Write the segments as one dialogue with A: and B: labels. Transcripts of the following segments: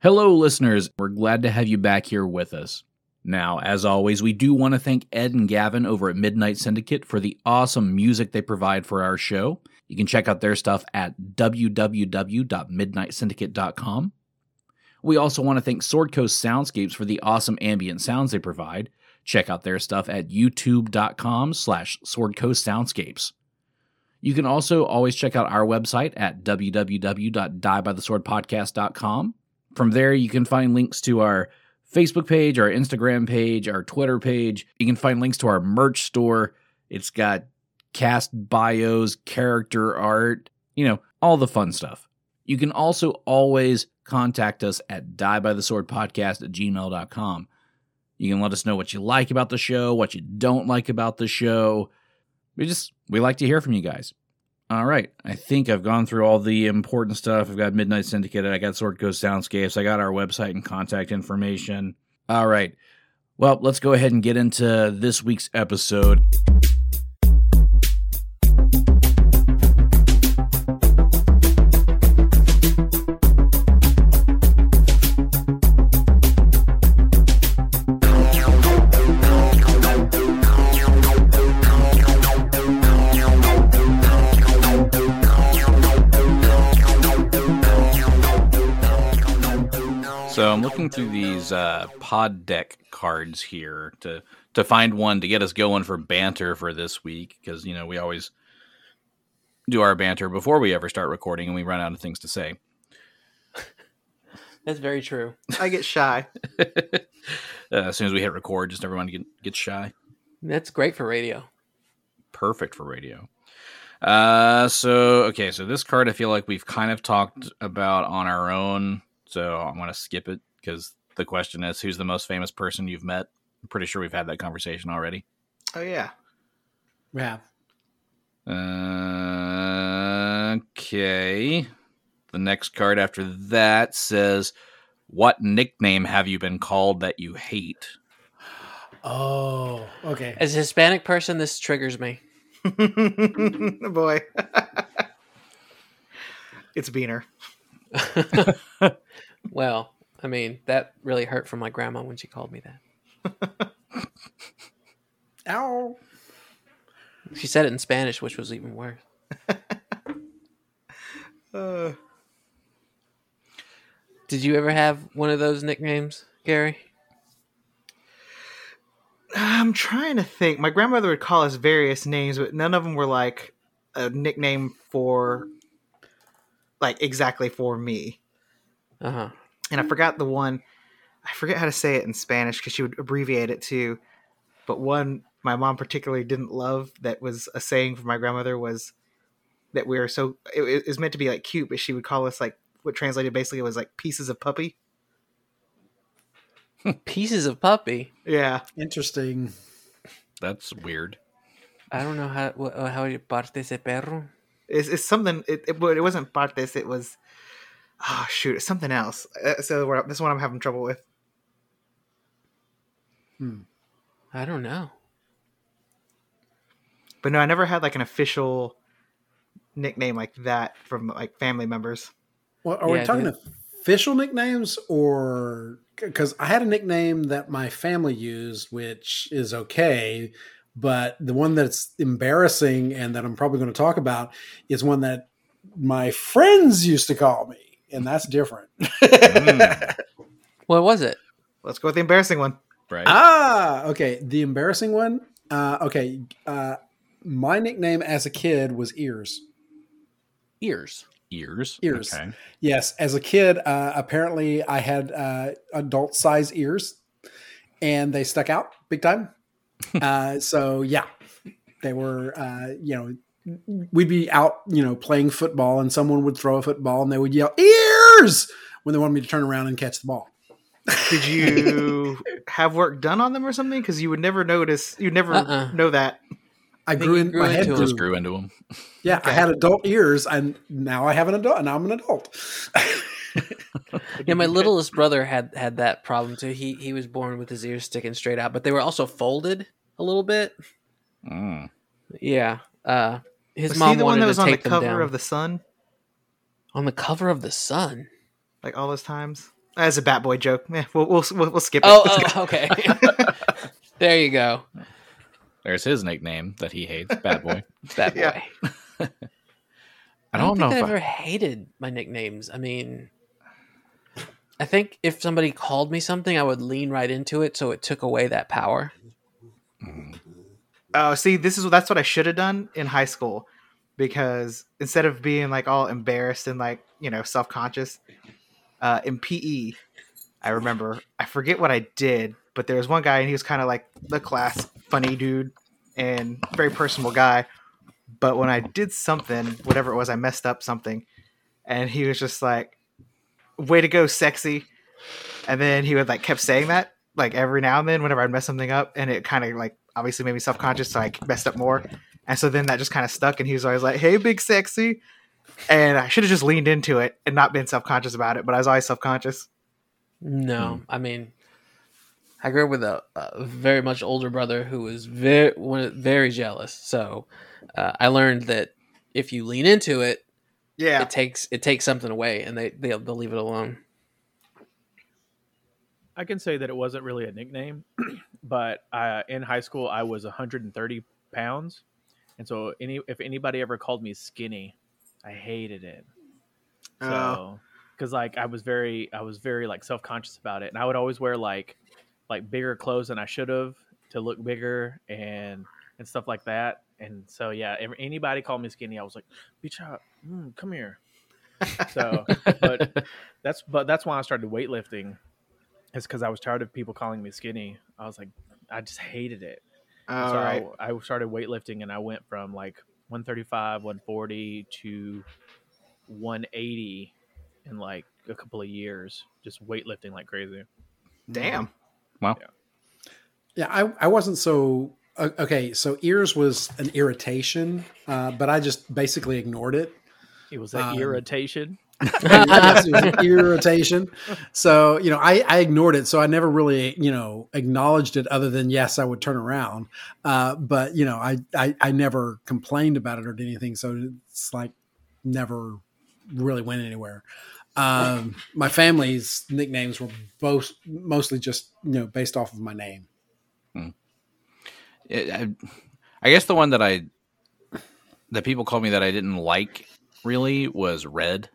A: Hello, listeners. We're glad to have you back here with us. Now, as always, we do want to thank Ed and Gavin over at Midnight Syndicate for the awesome music they provide for our show. You can check out their stuff at www.midnightsyndicate.com. We also want to thank Sword Coast Soundscapes for the awesome ambient sounds they provide. Check out their stuff at youtube.com slash Sword Coast Soundscapes. You can also always check out our website at www.diebytheswordpodcast.com. From there, you can find links to our Facebook page, our Instagram page, our Twitter page. You can find links to our merch store. It's got cast bios, character art, you know, all the fun stuff. You can also always contact us at diebytheswordpodcast at gmail.com. You can let us know what you like about the show, what you don't like about the show. We just, we like to hear from you guys. All right. I think I've gone through all the important stuff. I've got Midnight Syndicate. I got Sword Coast Soundscapes. I got our website and contact information. All right. Well, let's go ahead and get into this week's episode. So I'm looking through these uh, pod deck cards here to to find one to get us going for banter for this week because you know we always do our banter before we ever start recording and we run out of things to say.
B: That's very true.
C: I get shy.
A: uh, as soon as we hit record, just everyone get, gets shy.
B: That's great for radio.
A: Perfect for radio. Uh, so okay, so this card I feel like we've kind of talked about on our own, so I'm gonna skip it because the question is who's the most famous person you've met. I'm pretty sure we've had that conversation already.
C: Oh yeah.
B: Yeah.
A: Uh, okay. The next card after that says, "What nickname have you been called that you hate?"
D: Oh, okay.
B: As a Hispanic person, this triggers me.
C: Oh, Boy. it's Beaner.
B: Well, I mean, that really hurt from my grandma when she called me that.
D: Ow.
B: She said it in Spanish, which was even worse.
C: Uh,
B: Did you ever have one of those nicknames, Gary?
C: I'm trying to think. My grandmother would call us various names, but none of them were like a nickname for like exactly for me.
B: Uh huh.
C: And I forgot the one. I forget how to say it in Spanish because she would abbreviate it too. But one my mom particularly didn't love that was a saying from my grandmother was that we were so it, it was meant to be like cute, but she would call us like what translated basically was like pieces of puppy.
B: Pieces of puppy.
C: Yeah.
D: Interesting.
A: That's weird.
B: I don't know how wha- uh, how you parte ese perro.
C: It's, it's something. It, it but it wasn't Partes. It was oh shoot, it's something else. Uh, so we're, this one I'm having trouble with.
D: Hmm.
B: I don't know.
C: But no, I never had like an official nickname like that from like family members.
D: Well, are
B: Yeah,
D: we talking
B: dude.
D: official nicknames or because I had a nickname that my family used, which is okay, but the one that's embarrassing and that I'm probably going to talk about is one that my friends used to call me, and that's different.
A: Mm,
B: What was it?
C: Let's go with the embarrassing one.
A: right.
D: Ah, okay. The embarrassing one. Uh, okay. Uh, my nickname as a kid was ears.
B: Ears.
A: ears.
D: Ears.
A: Okay.
D: Yes, as a kid, uh, apparently I had uh, adult size ears, and they stuck out big time. uh, so yeah, they were. Uh, you know, we'd be out, you know, playing football, and someone would throw a football, and they would yell "ears" when they wanted me to turn around and catch the ball.
C: Did you have work done on them or something? Because you would never notice. You never
B: Uh-uh.
C: know that.
D: I
B: think
D: grew
B: you
D: in
B: grew
D: my head.
B: into 'em.
D: grew.
A: Just grew into them.
D: Yeah, I
C: Okay.
D: had adult ears, and now I have an adult. Now I'm an adult.
B: Yeah, my littlest brother had had that problem too. He he was born with his ears sticking straight out, but they were also folded a little bit.
A: Mm.
B: Yeah. Uh, his
C: Was he
B: mom
C: the one
B: wanted
C: that was
B: to
C: on the
B: take them
C: cover
B: down
C: of the Sun
B: on the cover of the Sun.
C: like all those times? That's a Bat Boy joke. Eh, we'll, we'll we'll we'll skip it.
B: Oh,
C: Let's
B: oh okay. there you go.
A: There's his nickname that he hates, Bad Boy.
B: That boy.
C: Yeah.
A: I don't,
B: think
A: know
B: I've
A: if I,
B: ever hated my nicknames. I mean, I think if somebody called me something, I would lean right into it, so it took away that power.
C: Oh, see, this is that's what I should have done in high school, because instead of being like all embarrassed and like you know self conscious, uh, in PE, I remember I forget what I did, but there was one guy and he was kind of like the class funny dude and very personable guy. But when I did something, whatever it was, I messed up something, and he was just like, "Way to go, sexy," and then he would like kept saying that like every now and then whenever I'd mess something up, and it kind of like obviously made me self conscious, so I messed up more. And so then that just kind of stuck, and he was always like, "Hey, big sexy," and I should have just leaned into it and not been self conscious about it, but I was always self conscious.
A: Hmm.
B: No, I mean, I grew up with a, a very much older brother who was very one- very jealous. So uh, I learned that if you lean into it,
C: Yeah,
B: it takes it takes something away, and they they'll, they'll leave it alone.
E: I can say that it wasn't really a nickname, but uh, in high school I was 130 pounds, and so any if anybody ever called me skinny, I hated it. So because like I was very I was very like self conscious about it, and I would always wear like like bigger clothes than I should have to look bigger and and stuff like that. And so yeah, if anybody called me skinny, I was like, "Bitch, I- mm, come here." So, but that's but that's why I started weightlifting. It's because I was tired of people calling me skinny. I was like, I just hated it.
C: all
E: so
C: right.
E: I, I started weightlifting, and I went from like 135, 140 to 180 in like a couple of years, just weightlifting like crazy.
C: Damn.
D: Yeah, I, I wasn't so o- okay. So ears was an irritation, uh, but I just basically ignored it.
E: It was an
D: Um,
E: irritation.
D: Yes, it was an irritation. So you know, I, I ignored it. So I never really you know acknowledged it, other than yes, I would turn around. Uh, but you know, I, I I never complained about it or did anything. So it's like never really went anywhere. Um, my family's nicknames were both mostly just you know based off of my name.
A: it- I, I guess the one that I that people called me that I didn't like really was Red.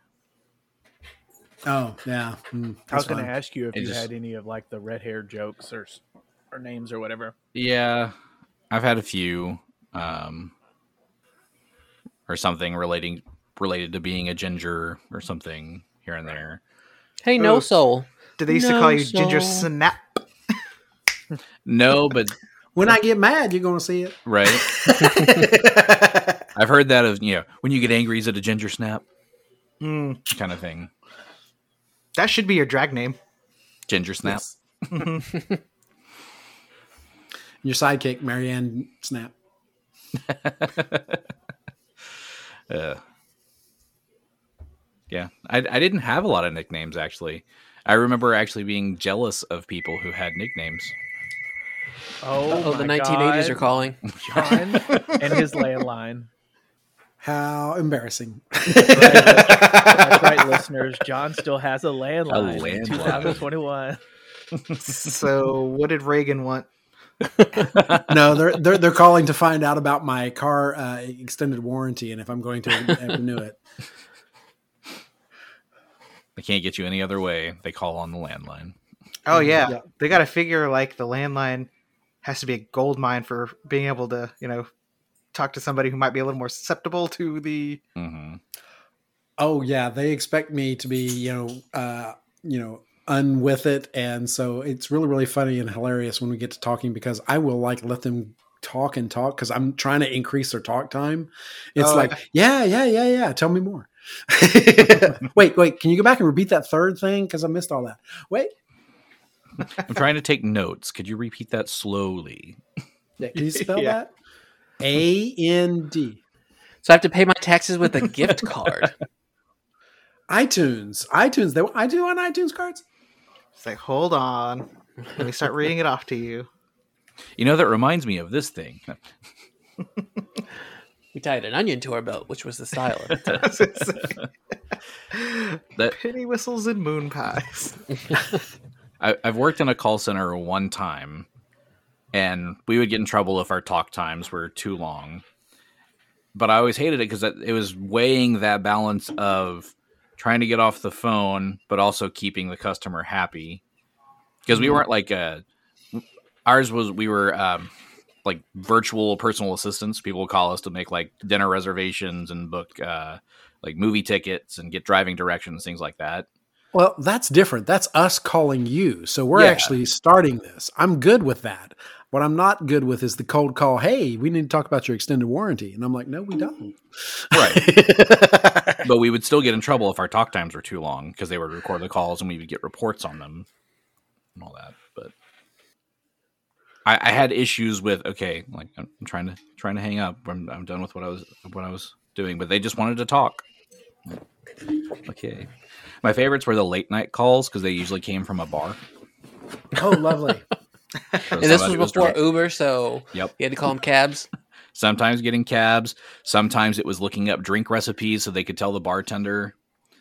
D: Oh yeah, Mm,
E: I was
D: that's
E: going to
D: fine.
E: ask you if
A: It
E: you
A: just-
E: had any of like the red hair jokes or s- or names or whatever.
A: Yeah, I've had a few, um, or something relating related to being a ginger or something here and there.
B: Hey, no
C: Ooh.
B: soul.
C: Did they used to call you
B: No,
C: Ginger
B: so-
C: Snap?
A: No, but
D: When I get mad, you're going to see it.
A: right. I've heard that of you know when you get angry, is it a ginger snap
C: Mm,
A: kind of thing?
C: that should be your drag name.
A: Ginger snap.
D: Your sidekick, Marianne Snap.
A: Uh, yeah, I, I didn't have a lot of nicknames actually. I remember actually being jealous of people who had nicknames.
E: Oh,
B: Oh, the 1980s are calling.
E: John and his landline.
D: How embarrassing!
E: That's right, listeners. John still has a landline.
A: landline.
E: in 2021.
C: so what did Reagan want?
D: no, they're they're they're calling to find out about my car uh, extended warranty and if I'm going to renew it.
A: They can't get you any other way. They call on the landline.
C: Oh yeah,
D: Yeah.
C: they got to figure like the landline has to be a gold mine for being able to you know talk to somebody who might be a little more susceptible to the
A: hmm
D: Oh yeah, they expect me to be you know uh, you know unwith it, and so it's really really funny and hilarious when we get to talking because I will like let them talk and talk because I'm trying to increase their talk time. It's
C: Oh,
D: like yeah yeah yeah yeah, tell me more. wait wait, can you go back and repeat that third thing because I missed all that. Wait,
A: I'm trying to take notes. Could you repeat that slowly?
D: yeah, can you spell
C: Yeah.
D: that? A N D.
B: So I have to pay my taxes with a gift card.
D: iTunes, iTunes. They I do on iTunes cards.
C: It's like, hold on. Let me start reading it off to you.
A: You know that reminds me of this thing.
B: We tied an onion to our belt, which was the style at the time.
A: That-
C: Penny whistles and moon pies.
A: I, I've worked in a call center one time, and we would get in trouble if our talk times were too long. But I always hated it because it was weighing that balance of trying to get off the phone, but also keeping the customer happy. Because we weren't like a, ours was we were um, like virtual personal assistants. People would call us to make like dinner reservations and book uh, like movie tickets and get driving directions, things like that.
D: Well, that's different. That's us calling you. So we're
A: Yeah.
D: actually starting this. I'm good with that. What I'm not good with is the cold call. Hey, we need to talk about your extended warranty. And I'm like, no, we don't.
A: Right. but we would still get in trouble if our talk times were too long because they would record the calls and we would get reports on them and all that. But I, I had issues with okay, like I'm I'm trying to trying to hang up. I'm, I'm done with what I was what I was doing, but they just wanted to talk. Okay, my favorites were the late night calls because they usually came from a bar.
D: oh, lovely.
A: So
B: And this was
A: somebody
B: before
A: drunk.
B: Uber, so
A: Yep.
B: you had to call them cabs.
A: Sometimes getting cabs. Sometimes it was looking up drink recipes so they could tell the bartender.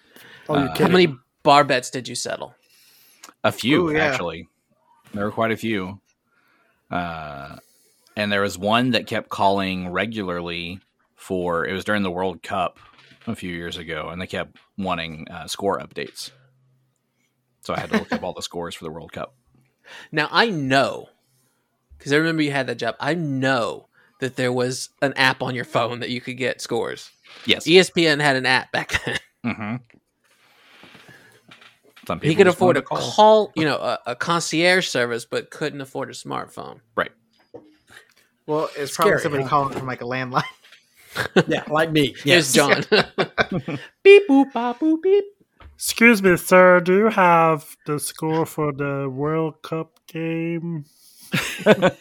D: Oh, you're
A: Uh,
B: How
D: kidding.
B: many bar bets did you settle?
A: A few,
C: Ooh, yeah.
A: actually. There were quite a few. Uh, and there was one that kept calling regularly for it was during the World Cup a few years ago, and they kept wanting uh, score updates. So I had to look up all the scores for the World Cup.
B: Now I know, because I remember you had that job. I know that there was an app on your phone that you could get scores. E
A: Yes.
B: ESPN had an app back then.
A: hmm Some people
B: he could
A: just
B: afford
A: wanted
B: a
A: to
B: call. you know, a, a concierge service, but couldn't afford a smartphone.
C: Well, it's
D: Scary,
C: probably somebody
D: huh?
C: calling from like a landline.
D: yeah, like me.
B: Here's
D: Yes.
B: John. beep boop bop boop beep.
F: Excuse me, sir. Do you have the score for the World Cup game?
E: Does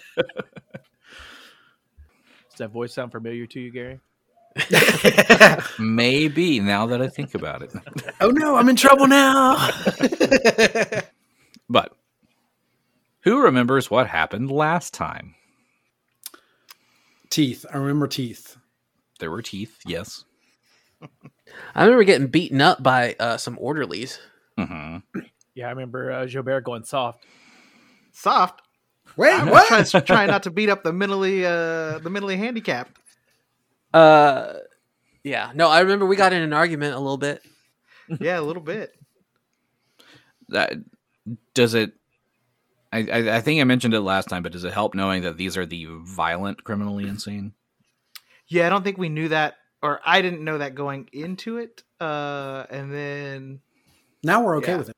E: that voice sound familiar to you, Gary?
A: Maybe now that I think about it.
D: Oh, no, I'm in trouble now.
A: But who remembers what happened last time?
D: teeth. I remember teeth.
A: There were teeth, yes.
B: I remember getting beaten up by uh, some orderlies.
A: hmm
E: Yeah, I remember uh, Gilbert going soft.
C: Soft.
D: Wait,
C: I'm
D: what?
C: trying, trying not to beat up the mentally uh, the mentally handicapped.
B: Uh, yeah, no, I remember we got in an argument a little bit.
C: Yeah, a little bit.
A: that does it I, I i think i mentioned it last time but does it help knowing that these are the violent criminally insane
C: Yeah, I don't think we knew that, or I didn't know that going into it. Uh, and then
D: Now we're okay
C: Yeah.
D: with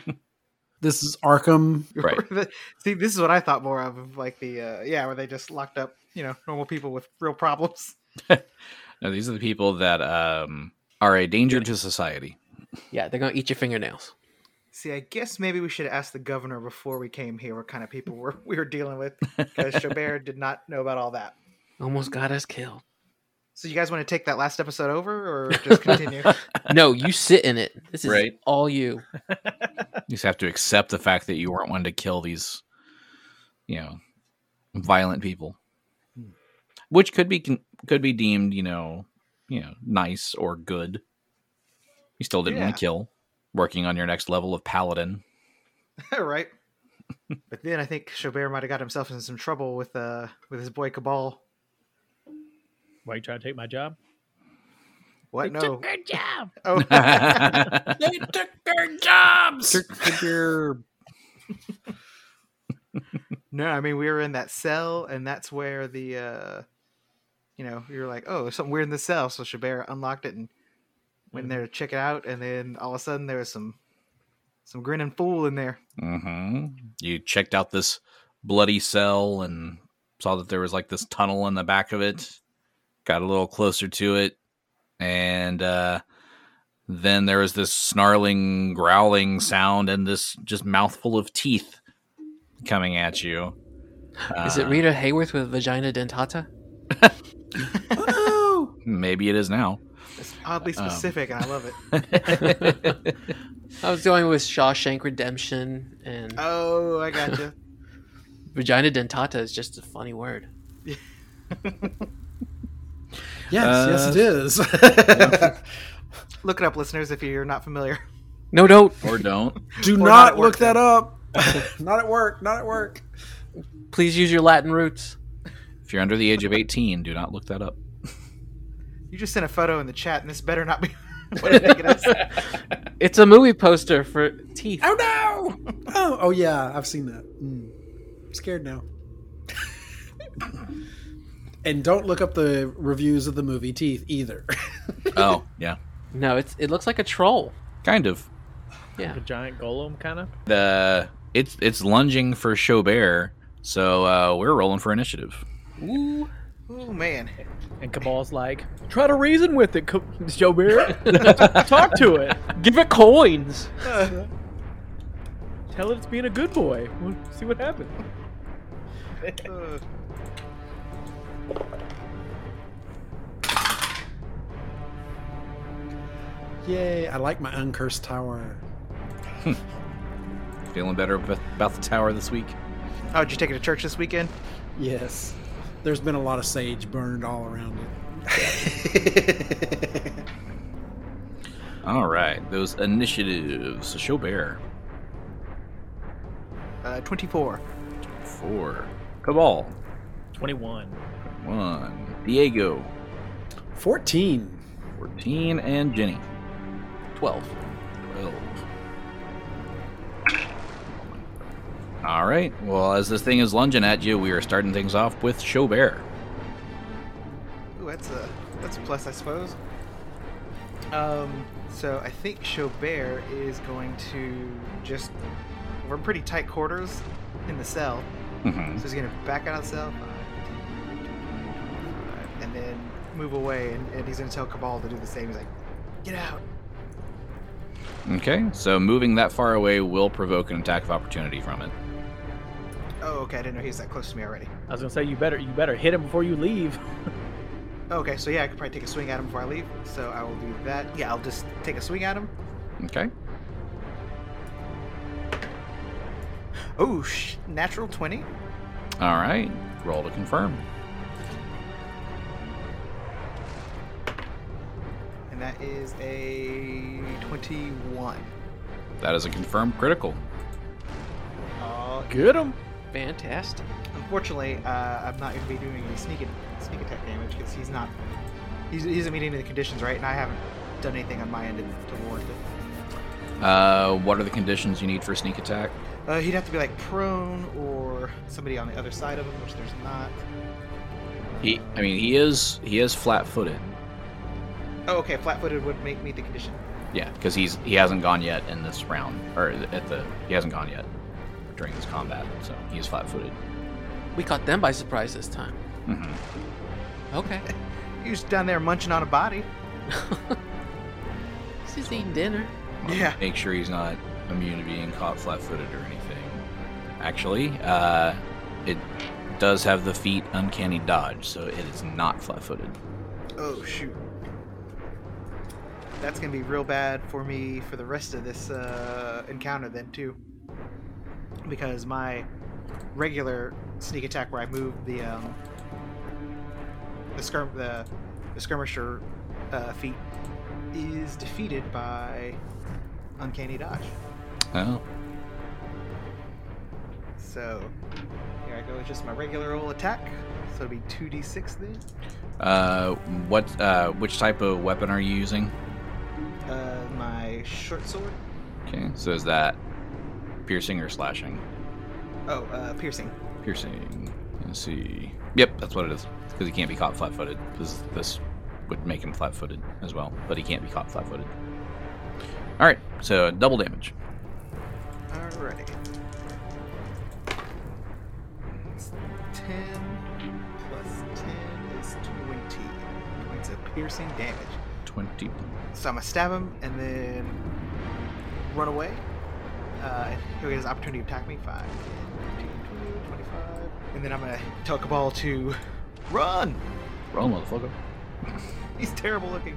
D: it. this is Arkham.
A: Right.
C: see, this is what I thought more of, of like the uh, yeah, where they just locked up, you know, normal people with real problems.
A: no these are the people that um are a danger to society
B: Yeah, they're gonna eat your fingernails.
C: See, I guess maybe we should ask the governor before we came here what kind of people we're, we were dealing with, because Chabert did not know about all that.
B: Almost got us killed.
C: So, you guys want to take that last episode over, or just continue?
B: No, you sit in it. This is
A: Right.
B: all you.
A: you just have to accept the fact that you weren't one to kill these you know violent people which could be con- could be deemed you know you know nice or good you still didn't want
C: Yeah.
A: to kill working on your next level of paladin
C: right. But then I think Chabert might have got himself in some trouble with uh with his boy Cabal.
E: Why you trying to take my job?
C: What? no.
E: job.
C: Oh,
D: They took their jobs.
C: No, I mean we were in that cell, and that's where the, uh you know, you're like, oh, there's something weird in the cell. So Shabera unlocked it and went in there to check it out, and then all of a sudden there was some, some grinning fool in there.
A: hmm You checked out this bloody cell and saw that there was like this tunnel in the back of it. Got a little closer to it, and uh, then there was this snarling, growling sound and this just mouthful of teeth coming at you.
B: Is it
A: Uh,
B: Rita Hayworth with vagina dentata?
A: Maybe it is now.
C: It's oddly
A: Um.
C: specific, and I love it.
B: I was going with Shawshank Redemption, and
C: Oh, I gotcha.
B: vagina dentata is just a funny word.
D: Yes, yes, it is.
C: Look it up, listeners, if you're not familiar.
B: No, don't.
A: or don't.
D: Do
C: Or not
D: not
C: at
D: look
C: work,
D: that up. not at work. Not at work.
B: Please use your Latin roots.
A: If you're under the age of 18, do not look that up.
C: You just sent a photo in the chat, and this better not be. what did I get us?
B: It's a movie poster for teeth.
D: Oh no! Oh, oh yeah, I've seen that. Mm. I'm scared now. and don't look up the reviews of the movie Teeth either.
A: Oh, yeah.
B: No, it's it looks like a troll.
A: Kind of.
B: Yeah.
E: a giant golem kind of.
A: The it's it's lunging for Chaubert, so uh, we're rolling for initiative.
B: Ooh.
C: Oh man,
E: And Cabal's like, try to reason with it, Ca- Joe Beer. Talk to it.
B: Give it coins.
E: Tell it it's being a good boy. We'll see what happens.
C: Uh,
D: Yay! I like my uncursed tower.
A: Feeling better ab- about the tower this week.
C: oh, did you take it to church this weekend?
D: Yes, there's been a lot of sage burned all around it.
A: All right, those initiatives. Chaubert
C: Uh, Twenty-four.
A: four, Cabal
E: 21.
A: one, Diego
D: Fourteen.
A: 14, and Jenny
B: Twelve.
A: 12. All right. Well, as this thing is lunging at you, we are starting things off with Chaubert.
C: Ooh, that's a that's a plus, I suppose. Um, so I think Chaubert is going to just we're in pretty tight quarters in the cell,
A: Mm-hmm.
C: so he's going to back out of the cell, five, 10, 25, and then move away, and, and he's going to tell Cabal to do the same. He's like, "Get out!"
A: Okay, so moving that far away will provoke an attack of opportunity from it.
C: Oh, okay, I didn't know he was that close to me already.
E: I was gonna say you better you better hit him before you leave.
C: Okay, so yeah, I could probably take a swing at him before I leave. So I will do that. Yeah, I'll just take a swing at him.
A: Okay.
C: Oh, sh- natural twenty.
A: All right. Roll to confirm.
C: And that is a 21.
A: That is a confirmed critical.
C: Uh,
E: Get him.
B: Fantastic.
C: unfortunately, uh, I'm not going to be doing any sneak, a- sneak attack damage because he's not. He's, he isn't meeting the conditions, right? And I haven't done anything on my end to, to warrant it.
A: Uh, what are the conditions you need for sneak attack?
C: Uh, he'd have to be like prone or somebody on the other side of him, which there's not.
A: He, I mean, he is he is flat-footed.
C: Oh, okay. Flat footed would make meet the condition.
A: Yeah, because he's he hasn't gone yet in this round, or at the he hasn't gone yet during this combat, so he is flat-footed.
B: We caught them by surprise this time.
A: hmm
B: Okay.
C: He was down there munching on a body.
B: She's eating dinner.
C: Yeah.
A: Make sure he's not immune to being caught flat-footed or anything. Actually, uh, it does have the feet uncanny dodge, so it is not flat-footed.
C: Oh, shoot. That's going to be real bad for me for the rest of this uh, encounter, then, too. Because my regular sneak attack, where I move the um, the, skirm- the, the skirmisher uh, feat, is defeated by Uncanny Dodge.
A: Oh,
C: So here I go with just my regular old attack. So it'll be 2d6 then.
A: Uh, what? Uh, which type of weapon are you using?
C: Uh, my short sword.
A: Okay, so is that piercing or slashing?
C: Oh, uh, piercing.
A: Piercing. Let's see. Yep, that's what it is. Because he can't be caught flat-footed. Because this would make him flat-footed as well, but he can't be caught flat-footed. All right, so double damage.
C: Alrighty. It's 10 plus 10 is 20 points of piercing damage.
A: Twenty.
C: So I'm going to stab him and then run away. Uh, and he'll get his opportunity to attack me. 5, 10, 15, 20, 25. And then I'm going to tell Cabal to run!
A: Roll, motherfucker.
C: He's terrible looking.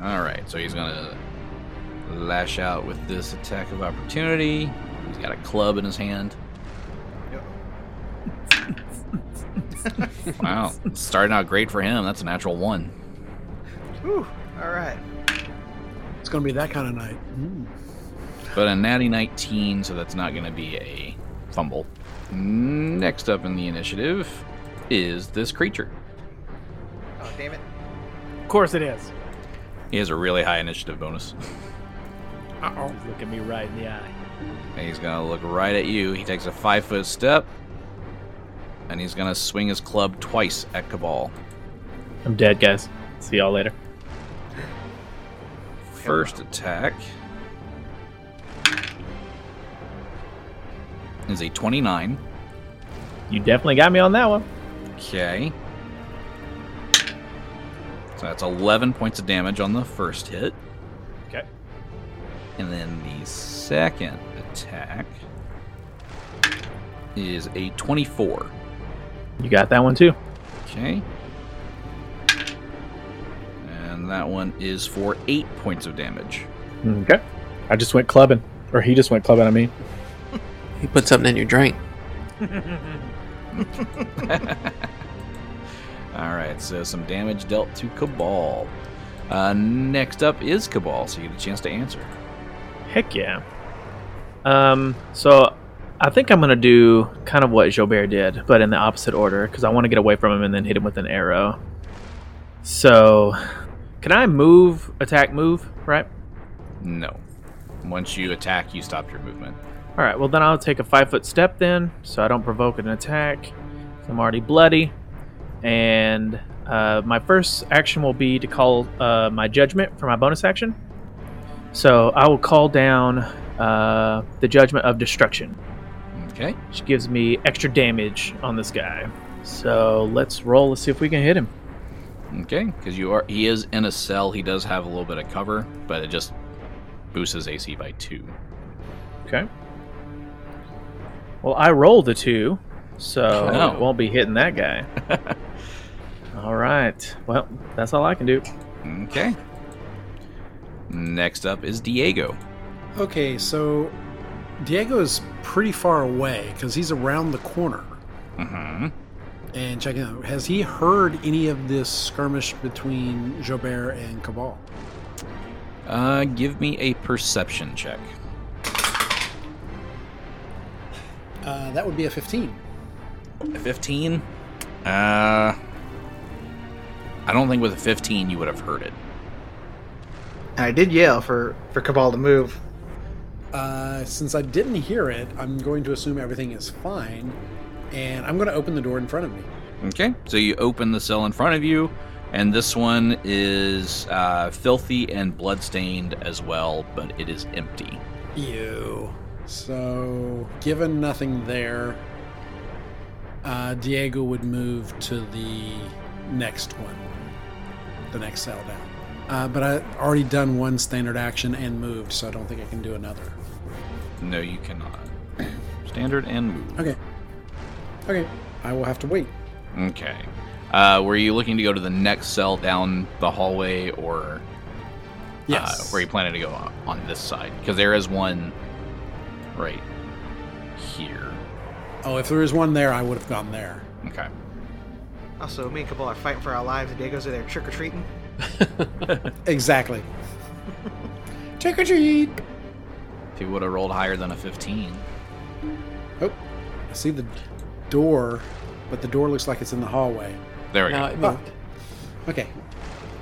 A: All right, so he's gonna lash out with this attack of opportunity. He's got a club in his hand.
C: Yep.
A: Wow, starting out great for him. That's a natural one.
C: Whew. All right.
D: It's going to be that kind of night. Mm.
A: But a natty 19, so that's not going to be a fumble. Next up in the initiative is this creature.
C: Oh damn it.
E: Of course it is.
A: He has a really high initiative bonus.
E: He's looking me right in the eye.
A: And he's gonna look right at you. He takes a five foot step, and he's gonna swing his club twice at Cabal.
E: I'm dead, guys. See y'all later.
A: First attack is a 29.
E: You definitely got me on that one.
A: Okay. So that's 11 points of damage on the first hit.
E: Okay.
A: And then the second attack is a 24.
E: You got that one too.
A: Okay. And that one is for 8 points of damage.
E: Okay. I just went clubbing. Or he just went clubbing, I mean.
B: He put something in your drink.
A: All right, so some damage dealt to Cabal. Uh, next up is Cabal, so you get a chance to answer.
E: Heck yeah. Um, so I think I'm gonna do kind of what Jobert did, but in the opposite order, because I want to get away from him and then hit him with an arrow. So, can I move? Attack, move, right?
A: No. Once you attack, you stop your movement.
E: All right. Well, then I'll take a five foot step then, so I don't provoke an attack. I'm already bloody, and uh, my first action will be to call uh, my judgment for my bonus action. So I will call down uh, the judgment of destruction,
A: Okay.
E: which gives me extra damage on this guy. So let's roll. Let's see if we can hit him.
A: Okay, because you are he is in a cell. He does have a little bit of cover, but it just boosts his AC by two.
E: Okay. Well, I rolled a two, so
A: Oh.
E: it won't be hitting that guy. all right. Well, that's all I can do.
A: Okay. Next up is Diego.
D: Okay, so Diego is pretty far away because he's around the corner.
A: Mm-hmm.
D: And check it out. Has he heard any of this skirmish between Jobert and Cabal?
A: Uh, give me a perception check.
D: Uh, that would be a 15.
A: A fifteen. Uh, I don't think with a fifteen you would have heard it.
C: And I did yell for for Cabal to move.
D: Uh, since I didn't hear it, I'm going to assume everything is fine. And I'm going to open the door in front of me.
A: Okay, so you open the cell in front of you, and this one is uh, filthy and bloodstained as well, but it is empty.
D: Ew. So, given nothing there, uh, Diego would move to the next one, the next cell down. Uh, but I already done one standard action and moved, so I don't think I can do another.
A: No, you cannot. Standard and move.
D: Okay. Okay. I will have to wait.
A: Okay. Uh, were you looking to go to the next cell down the hallway, or uh,
D: Yes.
A: were you planning to go on- on this side? Because there is one right here.
D: oh, if there was one there, I would have gone there.
A: Okay.
C: Also, me and Cabal are fighting for our lives. and Diego's over there trick or treating.
D: Exactly. Trick or treat.
A: If you would have rolled higher than a 15.
D: Oh, I see the door, but the door looks like it's in the hallway.
A: There we
B: No,
A: go.
B: it moved.
D: Okay.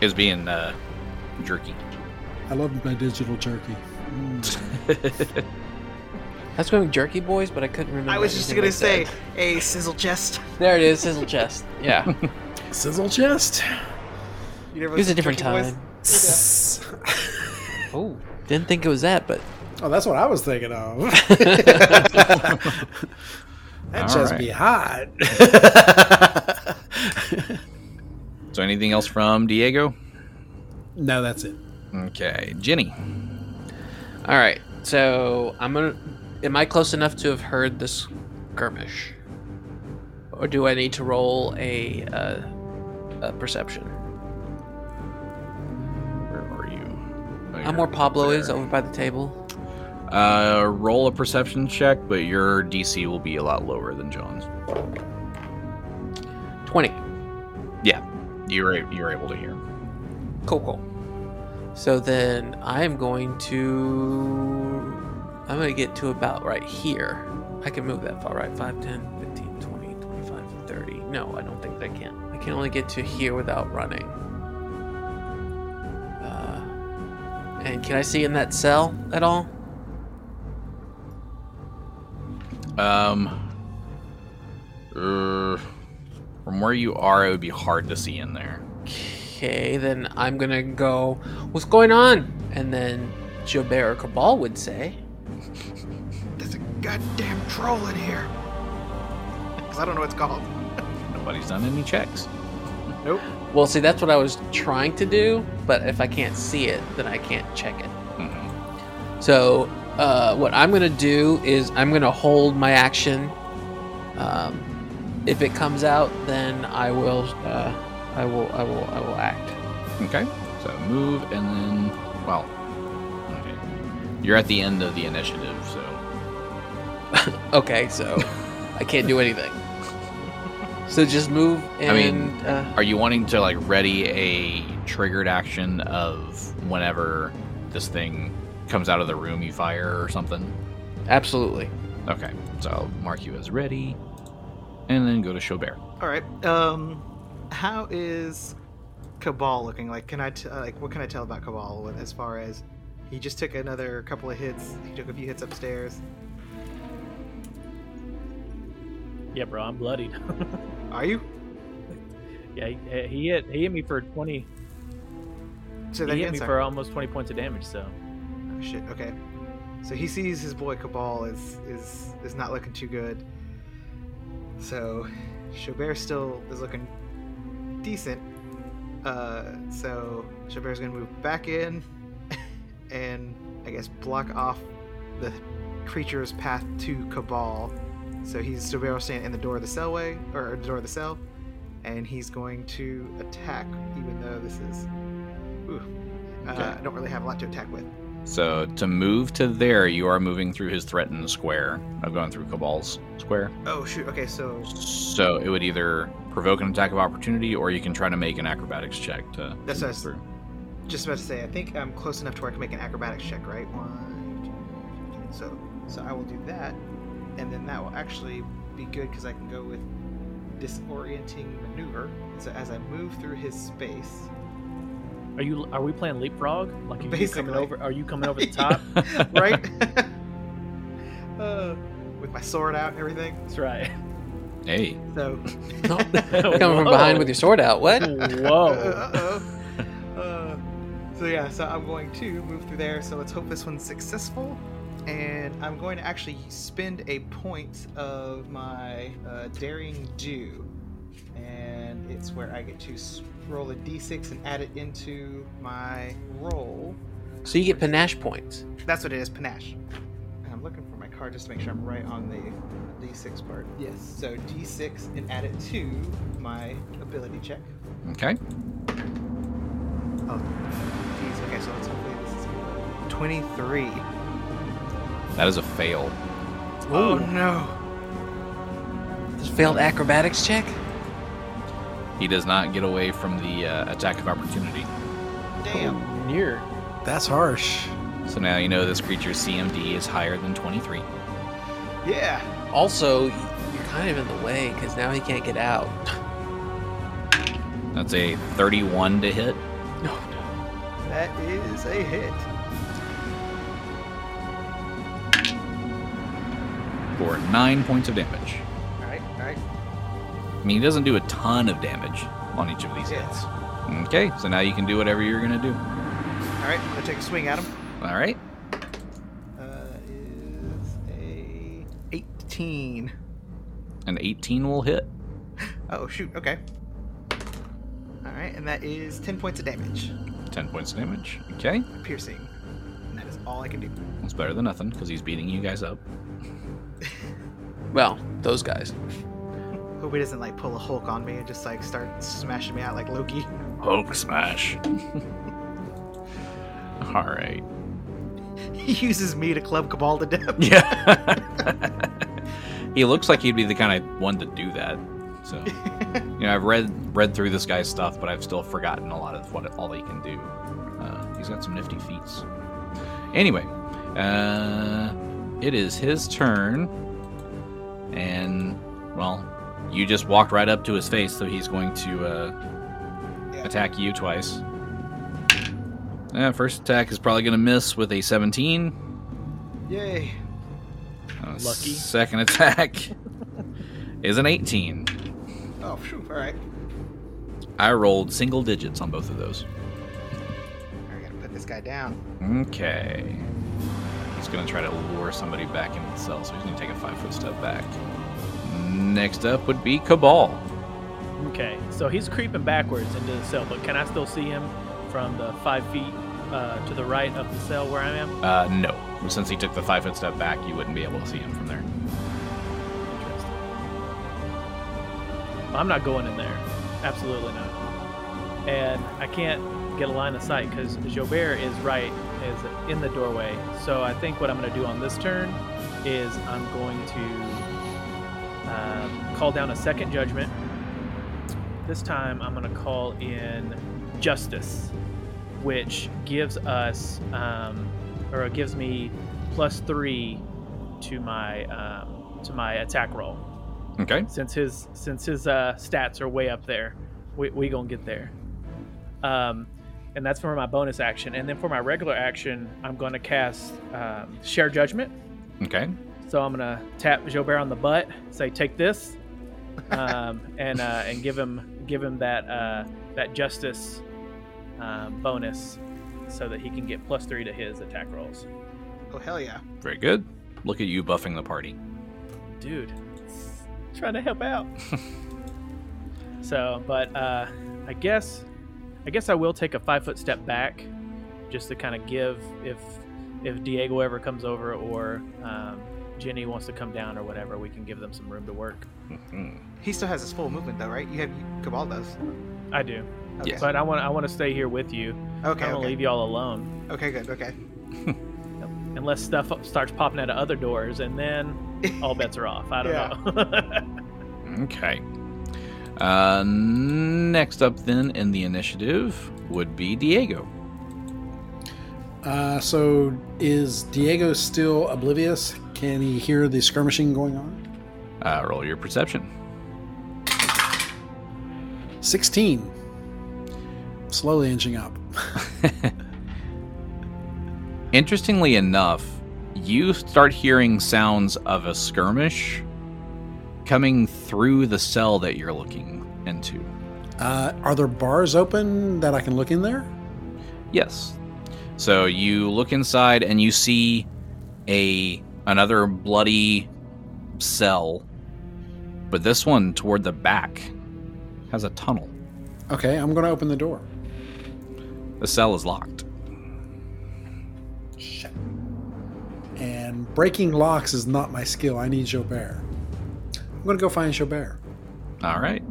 A: It's being uh, jerky.
D: I love my digital jerky.
B: I was going jerky boys, but I couldn't remember.
C: I was just
B: anything they
C: gonna say a sizzle chest.
B: said. There it is, sizzle chest. Yeah,
D: Sizzle chest.
C: You never
B: it was a
C: listen to
B: different
C: jerky boys?
B: time.
D: oh,
B: Oh, didn't think it was that, but
D: that's what I was thinking of.
A: All
D: that chest
A: right.
D: be hot.
A: So anything else from Diego?
D: no, that's it.
A: Okay. Jenny.
B: all right. So I'm gonna. Am I close enough to have heard this skirmish, or do I need to roll a, uh, a perception?
A: Where are you? Oh,
B: I'm
A: you're
B: where Pablo
A: there.
B: is oh. over by the table.
A: Uh, roll a perception check, but your DC will be a lot lower than John's.
B: Twenty.
A: Yeah, you're a- you're able to hear.
B: Cool, cool. So then I am going to. I'm going to get to about right here. I can move that far, right? 5, 10, 15, 20, 25, 30. No, I don't think I can. I can only get to here without running. Uh, and can I see in that cell at all?
A: Um, er, from where you are, it would be hard to see in there.
B: Okay, then I'm gonna go, what's going on? And then Jobert or Cabal would say,
C: There's a goddamn troll in here. Because I don't know what it's called.
A: Nobody's done any checks.
B: well, see, that's what I was trying to do, but if I can't see it, then I can't check it.
A: Mhm.
B: So, uh, what I'm gonna do is I'm gonna hold my action. Um, if it comes out, then I will, uh, I will, I will, I will act.
A: Okay, so move and then well, okay, you're at the end of the initiative, so
B: Okay, so I can't do anything. So just move and.
A: I mean,
B: uh,
A: are you wanting to like ready a triggered action of whenever this thing comes out of the room you fire or something?
B: absolutely.
A: Okay, so I'll mark you as ready, and then go to Chaubert.
C: All right. Um, how is Cabal looking? Like, can I t- uh, like what can I tell about Cabal with- as far as he just took another couple of hits? He took a few hits upstairs.
E: Yeah, bro, I'm bloodied.
C: Are you?
E: yeah, he, he hit he hit me for twenty.
C: So
E: He hit me
C: sorry.
E: for almost twenty points of damage. So
C: Oh, Shit. Okay. So he sees his boy Cabal is is is not looking too good. So Chabert still is looking decent. Uh, so Chabert's gonna move back in, and I guess block off the creature's path to Cabal. So he's Chabert standing in the door of the cellway or the door of the cell, and he's going to attack, even though this is. Ooh, uh,
A: Okay.
C: I don't really have a lot to attack with.
A: So to move to there, you are moving through his threatened square. I've gone through Cabal's square.
C: Oh shoot. Okay, so
A: So it would either provoke an attack of opportunity, or you can try to make an acrobatics check to
C: That's
A: to move
C: us. just about to say, I think I'm close enough to where I can make an acrobatics check, right? One, two, three. so so I will do that, and then that will actually be good because I can go with disorienting maneuver. So as I move through his space,
E: are you are we playing leapfrog? Like are you
C: Basically.
E: coming over? Are you coming over the top?
C: right? uh, with my sword out and everything.
E: That's right.
A: Hey,
C: So
B: No.
E: Oh,
B: Coming from behind with your sword out. What?
E: Whoa.
C: Uh, uh, uh, so yeah, so I'm going to move through there. So let's hope this one's successful. And I'm going to actually spend a point of my uh, daring do, and it's where I get to s- roll a d6 and add it into my roll.
B: So you get panache points.
C: That's what it is, panache. And I'm looking for my card just to make sure I'm right on the d6 part. Yes. So d6 and add it to my ability check.
A: okay,
C: Oh, geez. Okay, so let's hopefully this is good. 23.
A: that is a fail.
C: Oh, no.
B: This failed acrobatics check?
A: He does not get away from the uh, attack of opportunity.
C: Damn.
E: Near.
D: That's harsh.
A: So now you know this creature's CMD is higher than 23.
C: Yeah.
B: Also, you're kind of in the way because now he can't get out.
A: That's a 31 to hit.
B: No, no.
C: That is a hit.
A: for nine points of damage.
C: Alright, alright.
A: I mean, he doesn't do a ton of damage on each of these hits.
C: Yeah.
A: Okay, so now you can do whatever you're gonna do.
C: Alright, I'll take a swing at him.
A: All right,
C: Uh, is a 18.
A: an 18 will hit.
C: Oh, shoot. Okay. Alright, and that is 10 points of damage.
A: 10 points of damage. Okay,
C: Piercing. And that is all I can do.
A: that's better than nothing because he's beating you guys up.
B: Well, those guys.
C: Hope he doesn't, like, pull a Hulk on me and just, like, start smashing me out like Loki.
A: Hulk smash. All right.
C: he uses me to club Cabal to death.
A: Yeah. he looks like he'd be the kind of one to do that. So, you know, I've read read through this guy's stuff, but I've still forgotten a lot of what all he can do. Uh, he's got some nifty feats. Anyway, uh, it is his turn, and well, you just walked right up to his face, so he's going to uh,
C: Yeah.
A: attack you twice. Uh, first attack is probably going to miss with a 17.
C: Yay.
A: Uh,
E: Lucky.
A: Second attack is an 18.
C: Oh, phew. All right.
A: I rolled single digits on both of those.
C: I gotta put this guy down.
A: Okay. He's going to try to lure somebody back into the cell, so he's going to take a five foot step back. Next up would be Cabal.
E: Okay, so he's creeping backwards into the cell, but can I still see him from the five feet uh, to the right of the cell where I am?
A: Uh, no. Since he took the five foot step back, you wouldn't be able to see him from there.
E: Interesting. I'm not going in there. Absolutely not. And I can't get a line of sight because Jobert is right, is in the doorway. So I think what I'm going to do on this turn is I'm going to um, call down a second judgment. This time I'm going to call in Justice, which gives us, um, or it gives me plus three to my um, to my attack roll
A: Okay.
E: since his since his uh, stats are way up there. We we gonna get there. Um, and that's for my bonus action, and then for my regular action, I'm gonna cast um, Share Judgment.
A: Okay.
E: So I'm gonna tap Jobert on the butt, say take this, um, and uh, and give him give him that uh, that justice um, bonus, so that he can get plus three to his attack rolls.
C: Oh, hell yeah.
A: Very good. Look at you buffing the party.
E: dude trying to help out so but uh i guess i guess i will take a five foot step back just to kind of give if if diego ever comes over or um, jenny wants to come down or whatever we can give them some room to work
A: Mhm.
C: He still has his full movement though, right? You have Cabal does.
E: i do
C: Okay.
E: but i want i want to stay here with you i
C: Okay.
E: don't want to
C: Okay.
E: leave you all alone
C: okay. Good. Okay.
E: unless stuff starts popping out of other doors and then all bets are off i don't know
A: Okay. Uh, next up, then, in the initiative would be Diego.
D: Uh, so is Diego still oblivious? Can he hear the skirmishing going on?
A: Uh, roll your perception.
D: 16. Slowly inching up.
A: Interestingly enough, you start hearing sounds of a skirmish coming through the cell that you're looking into.
D: Uh, are there bars open that I can look in there?
A: Yes. So you look inside and you see a another bloody cell, but this one toward the back has a tunnel.
D: Okay, I'm going to open the door.
A: The cell is locked.
D: And breaking locks is not my skill. I need Jobert. I'm going to go find Jobert.
A: All right.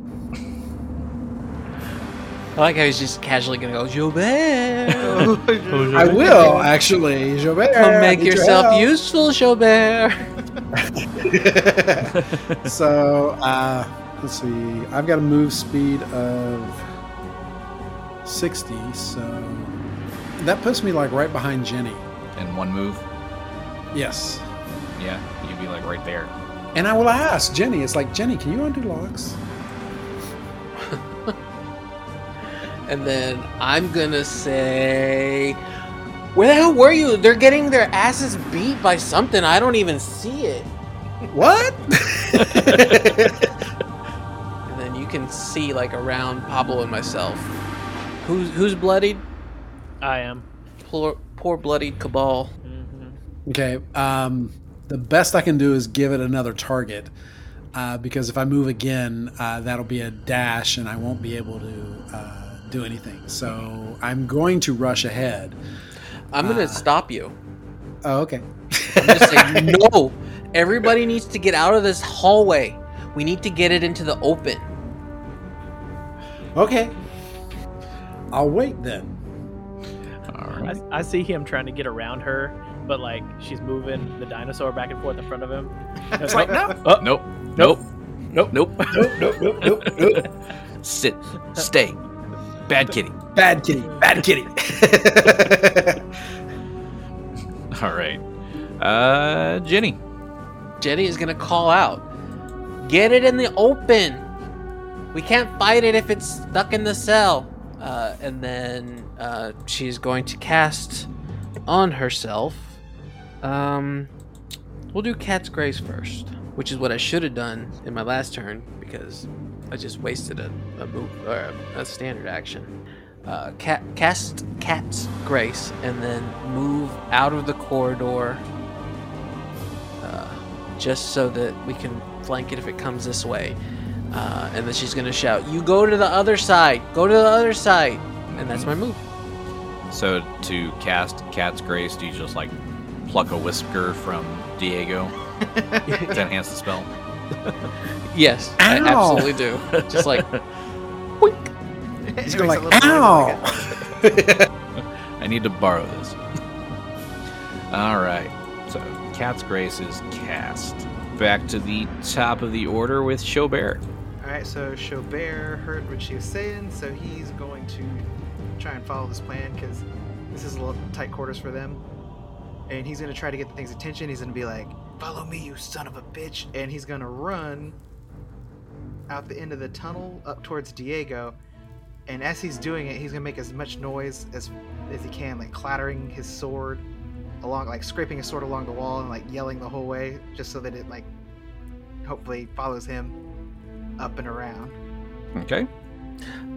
B: I like how he's just casually gonna go, Jobert!
C: Oh,
D: I will, actually. Jobert.
B: Come
D: I
B: make
D: need your
B: yourself
D: help.
B: useful, Jobert!
D: so uh, let's see. I've got a move speed of 60, so that puts me like right behind Jenny.
A: In one move,
D: Yes.
A: yeah, you'd be like right there.
D: And I will ask Jenny. It's like Jenny, can you undo locks?
B: And then I'm gonna say, Where the hell were you? They're getting their asses beat by something. I don't even see it.
D: What?
B: And then you can see like around Pablo and myself. Who's who's bloodied?
E: i am
B: Poor poor bloodied Cabal.
E: Mhm.
D: okay. Um, the best I can do is give it another target. Uh, because if I move again, uh, that'll be a dash and I won't be able to uh, do anything. So I'm going to rush ahead.
B: I'm gonna stop you.
D: Oh, okay.
B: I'm gonna say no. Everybody needs to get out of this hallway. We need to get it into the open.
D: Okay. I'll wait then.
A: All right.
E: I, I see him trying to get around her, but like she's moving the dinosaur back and forth in front of him. It's like,
A: Nope. Nope. Nope.
E: Nope.
D: Nope, nope, nope, nope, nope.
A: Sit. Stay. Bad kitty.
D: Bad kitty, bad kitty.
A: All right. Uh, Jenny.
B: Jenny is gonna call out. Get it in the open. We can't fight it if it's stuck in the cell. Uh, and then uh, she's going to cast on herself. Um, we'll do Cat's Grace first, which is what I should have done in my last turn because I just wasted a a, move, or a, a standard action. Uh, cat, cast Cat's Grace and then move out of the corridor. Uh, just so that we can flank it if it comes this way. Uh, and then she's gonna shout, "You go to the other side. Go to the other side." And that's my move.
A: So to cast Cat's Grace, do you just like pluck a whisker from Diego to enhance the spell?
B: Yes, I
D: Ow.
B: absolutely do. Just like,
D: He's going like, ow.
A: I need to borrow this. All right. So Cat's Grace is cast. Back to the top of the order with Chaubert.
C: All right, so Chaubert heard what she was saying, so he's going to try and follow this plan because this is a little tight quarters for them. And he's going to try to get the thing's attention. He's going to be like, "Follow me, you son of a bitch!" And he's going to run out the end of the tunnel up towards Diego. And as he's doing it, he's going to make as much noise as as he can, like clattering his sword along, like scraping his sword along the wall, and like yelling the whole way, just so that it like hopefully follows him up and around.
A: Okay.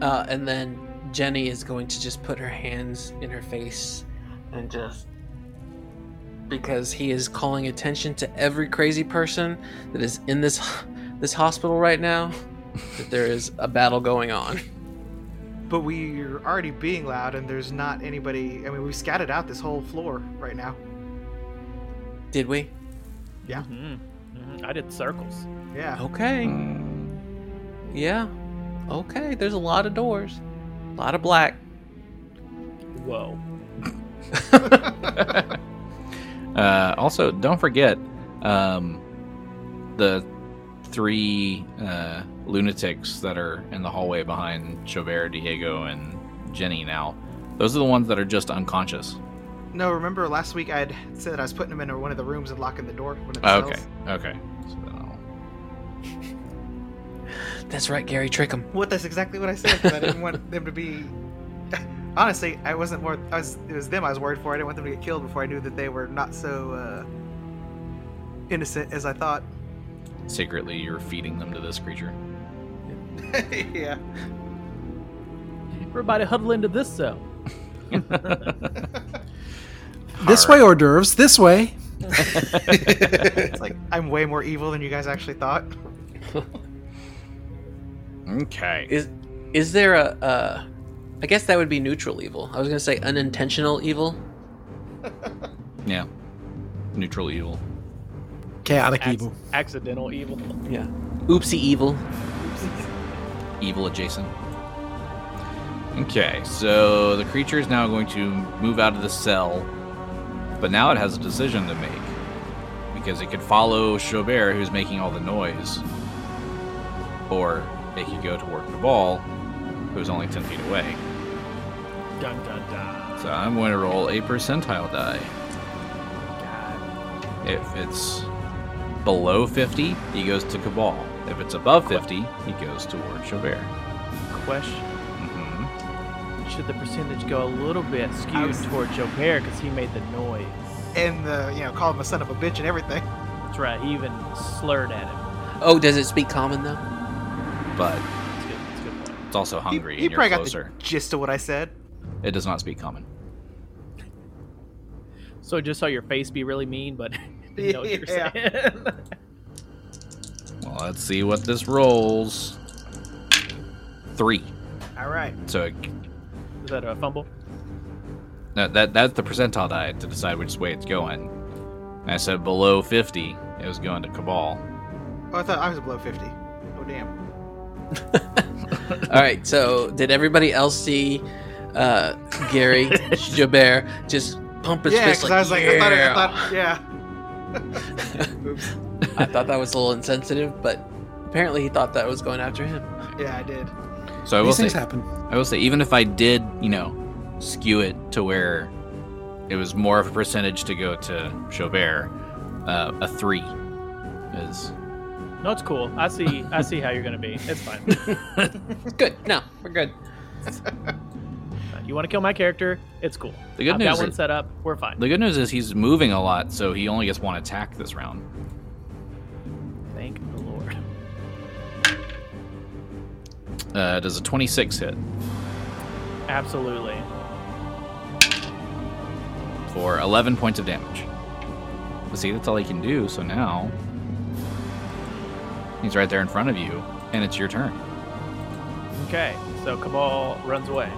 B: uh, and then Jenny is going to just put her hands in her face and just because he is calling attention to every crazy person that is in this this hospital right now that there is a battle going on.
C: But we're already being loud, and there's not anybody. I mean, we've scattered out this whole floor right now.
B: Did we?
E: Mhm. Mhm. I did circles.
A: Oh.
C: Yeah.
B: Okay. Yeah. Okay. There's a lot of doors. A lot of black.
E: Whoa.
A: Uh, also, don't forget um, the three uh, lunatics that are in the hallway behind Chaubert, Diego, and Jenny now. Those are the ones that are just unconscious.
C: No, remember last week I had said that I was putting them in one of the rooms and locking the door. One of the
A: Oh, okay.
C: cells?
A: Okay. So then I'll-
B: That's right, Gary. Trick him.
C: What? That's exactly what I said. 'cause I didn't want them to be. Honestly, I wasn't more. I was. It was them I was worried for. I didn't want them to get killed before I knew that they were not so uh, innocent as I thought.
A: secretly you're feeding them to this creature.
C: yeah.
E: Everybody huddle into this cell.
D: This way, hors d'oeuvres, this way.
C: It's like I'm way more evil than you guys actually thought.
A: Okay.
B: Is is there a? Uh, I guess that would be neutral evil. I was gonna say unintentional evil.
A: Yeah. Neutral evil.
D: Chaotic
E: Acc-
D: evil.
E: Accidental evil.
B: Yeah. Oopsie evil.
A: Evil adjacent. Okay, so the creature is now going to move out of the cell, but now it has a decision to make. Because it could follow Chaubert, who's making all the noise, or it could go toward Cabal, who's only 10 feet away.
E: Dun dun dun.
A: So I'm going to roll a percentile die. If it's below 50, he goes to Cabal. If it's above 50, he goes toward Chaubert.
E: Question:
A: hmm
E: Should the percentage go a little bit skewed
C: was-
E: toward Jobert because he made the noise?
C: And the you know called him a son of a bitch and everything.
E: That's right. He even slurred at him.
B: Oh, does it speak common though?
A: But
E: That's good. That's a good point.
A: it's also hungry,
C: He, he
A: and you're
C: probably
A: closer.
C: got the gist of what I said.
A: It does not speak common.
E: So just saw your face be really mean, but you know what you're
C: Yeah.
E: saying.
A: Well, let's see what this rolls. Three.
C: All right.
A: So it,
E: Is that a fumble?
A: that, that that's the percentile die to decide which way it's going. I said below 50, it was going to Cabal.
C: Oh, I thought I was below 50. Oh, damn.
B: All right. So did everybody else see uh, Gary Jobert just pump his
C: yeah,
B: fist
C: because I was like, I thought, I
B: "Yeah."
C: thought, yeah. Oops.
B: I thought that was a little insensitive, but Apparently, he thought that was going after him.
C: Yeah, I did.
A: So I will
D: These
A: say,
D: things happen.
A: I will say, even if I did, you know, skew it to where it was more of a percentage to go to Chaubert, uh, a three is
E: No, it's cool. I see. I see how you're gonna be. It's fine.
B: It's good. No, we're good.
E: You want to kill my character? It's cool.
A: The good
E: I've
A: news
E: got one
A: is-
E: set up. We're fine.
A: The good news is he's moving a lot, so he only gets one attack this round.
E: Thank the Lord.
A: Uh, does a 26 hit
E: Absolutely.
A: for 11 points of damage. But see, that's all he can do, so now he's right there in front of you, and it's your turn.
E: Okay. So Cabal runs away.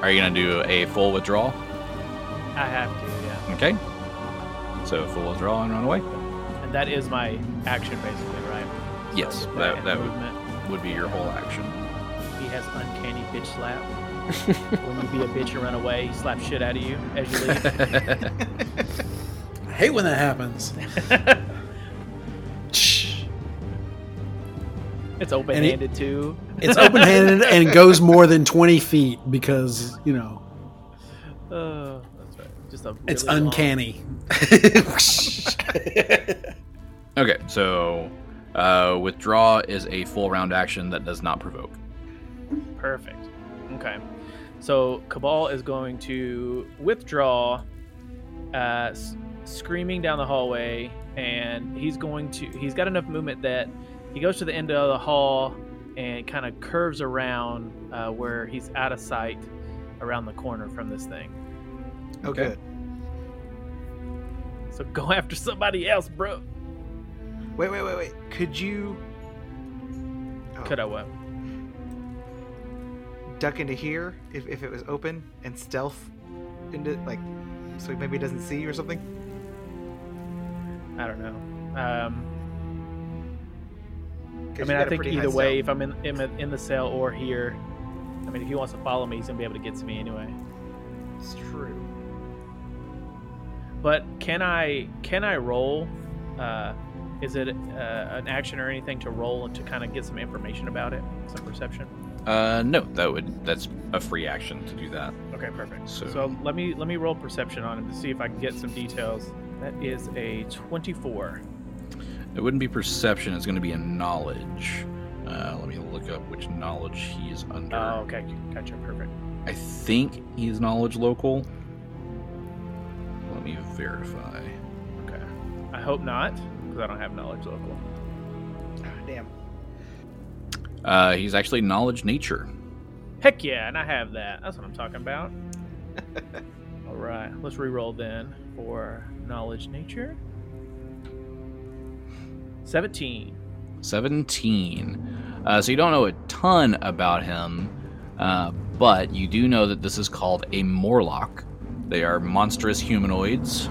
A: Are you going to do a full withdrawal?
E: I have to, yeah.
A: Okay. So full withdrawal and run away?
E: And that is my action, basically, right?
A: Yes,
E: So
A: that,
E: and
A: that would,
E: movement.
A: would be your whole action.
E: He has uncanny bitch slap. when you be a bitch and run away, he slaps shit out of you as you leave.
D: I hate when that happens.
E: it's open-handed too.
D: It's open handed and goes more than 20 feet because, you know,
E: Uh, that's right. Just a.
D: it's
E: really long-
D: uncanny.
A: okay, so uh, withdraw is a full round action that does not provoke.
E: Perfect. Okay. So Cabal is going to withdraw, uh, s- screaming down the hallway, and he's going to. He's got enough movement that he goes to the end of the hall and kind of curves around uh, where he's out of sight around the corner from this thing.
C: Oh,
A: Okay.
C: good.
E: So go after somebody else, bro.
C: Wait, wait, wait, wait. Could you oh,
E: Could I what?
C: duck into here if, if it was open and stealth into like so he maybe doesn't see you or something?
E: I don't know. Um,
C: 'Cause
E: I
C: you
E: mean,
C: got
E: I
C: a
E: think
C: pretty high
E: either way,
C: stealth.
E: if I'm in, in in the cell or here, I mean, if he wants to follow me, he's gonna be able to get to me anyway.
C: It's true.
E: But can I can I roll? Uh, is it uh, an action or anything to roll to kind of get some information about it, some perception?
A: Uh, no, that would that's a free action to do that.
E: Okay, perfect.
A: So-
E: So, let me let me roll perception on him to see if I can get some details. That is a twenty-four.
A: It wouldn't be perception; it's going to be a knowledge. Uh, let me look up which knowledge he is under.
E: Oh, okay, gotcha, perfect.
A: I think he's knowledge local. Let me verify.
E: Okay, I hope not because I don't have knowledge local.
C: Ah, Damn.
A: Uh, he's actually knowledge nature.
E: Heck yeah, and I have that. That's what I'm talking about. All right, let's re-roll then for knowledge nature. 17.
A: Seventeen. Uh, so you don't know a ton about him, uh, but you do know that this is called a Morlock. They are monstrous humanoids.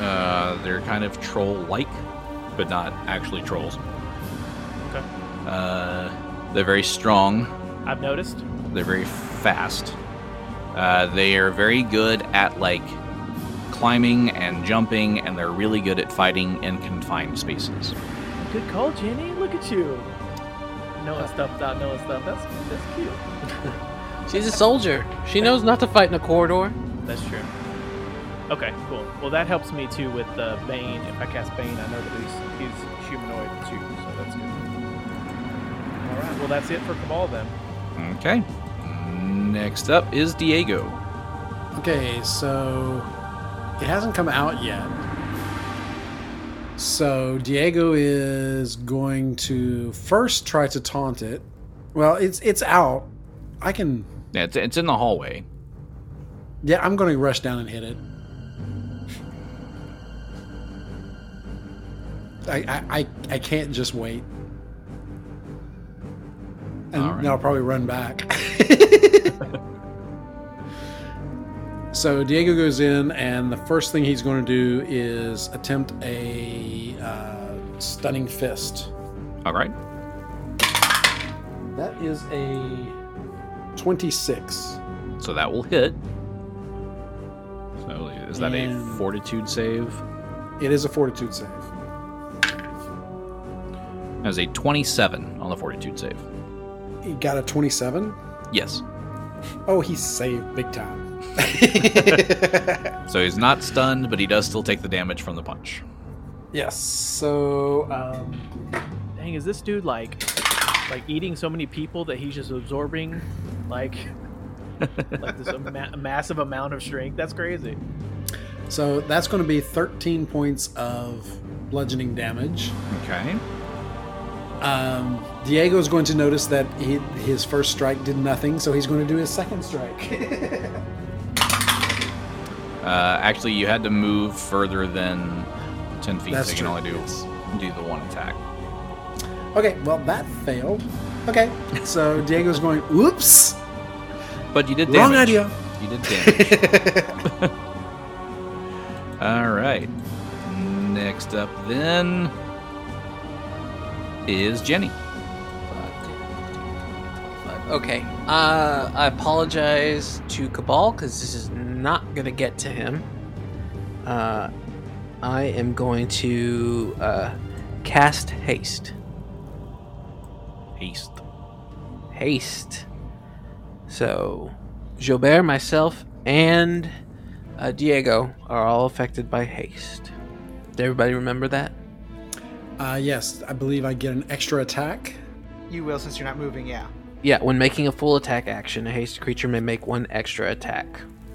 A: Uh, they're kind of troll-like, but not actually trolls.
E: Okay.
A: Uh, they're very strong.
E: I've noticed.
A: They're very fast. Uh, they are very good at like climbing and jumping, and they're really good at fighting in confined spaces.
E: Good call, Jenny. Look at you. Knowing stuff about knowing stuff. That's that's cute.
B: She's a soldier. She knows not to fight in a corridor.
E: That's true. Okay, cool. Well, that helps me too with uh, Bane. If I cast Bane, I know that he's, he's humanoid too, so that's good. All right. Well, that's it for Cabal then.
A: Okay. Next up is Diego.
D: Okay, so it hasn't come out yet. So Diego is going to first try to taunt it. Well, it's it's out. I can
A: Yeah, it's, it's in the hallway.
D: yeah, I'm going to rush down and hit it. I I, I, I can't just wait. And
A: All right.
D: then I'll probably run back. so Diego goes in, and the first thing he's going to do is attempt a uh, stunning fist.
A: All right.
D: That is a 26.
A: So that will hit. So is that
D: And-
A: a fortitude save?
D: It is a fortitude save.
A: That was a 27 on the fortitude save.
D: He got a 27.
A: Yes.
D: Oh, he saved big time.
A: So he's not stunned, but he does still take the damage from the punch.
D: yes. So, um,
E: Dang, is this dude like like eating so many people that he's just absorbing like like this ama- massive amount of strength? That's crazy.
D: so that's going to be 13 points of bludgeoning damage.
A: Okay.
D: Um, Diego's going to notice that he, his first strike did nothing, so he's going to do his second strike.
A: Uh, actually, you had to move further than 10 feet,
D: That's
A: so you can
D: true,
A: only do, do the one attack.
D: okay, well, that failed. Okay, so Diego's going, oops,
A: But you did damage.
D: wrong idea.
A: You did damage. All right. Next up, then, is Jenny.
B: Okay. Uh, I apologize to Cabal because this is not going to get to him. Uh, I am going to uh, cast haste.
A: Haste.
B: Haste. So, Gilbert, myself, and uh, Diego are all affected by haste. Did everybody remember that?
D: Uh, yes, I believe I get an extra attack.
C: You will since you're not moving. Yeah.
B: Yeah, when making a full attack action, a hasted creature may make one extra attack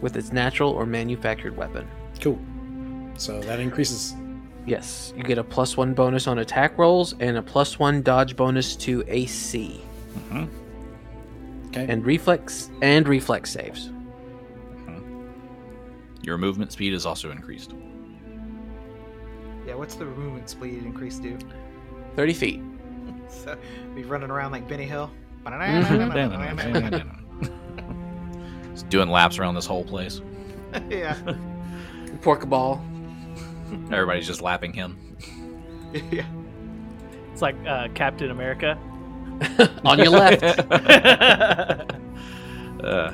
B: with its natural or manufactured weapon.
D: Cool. So that increases.
B: Yes, you get a plus one bonus on attack rolls and a plus one dodge bonus to AC
D: Okay.
B: and reflex and reflex saves.
A: Your movement speed is also increased.
C: Yeah. What's the movement speed increase do?
B: Thirty feet.
C: So be running around like Benny Hill.
A: Just doing laps around this whole place.
C: yeah.
B: Porkball.
A: Everybody's just lapping him.
C: Yeah.
E: It's like uh, Captain America.
B: On your left.
A: Uh,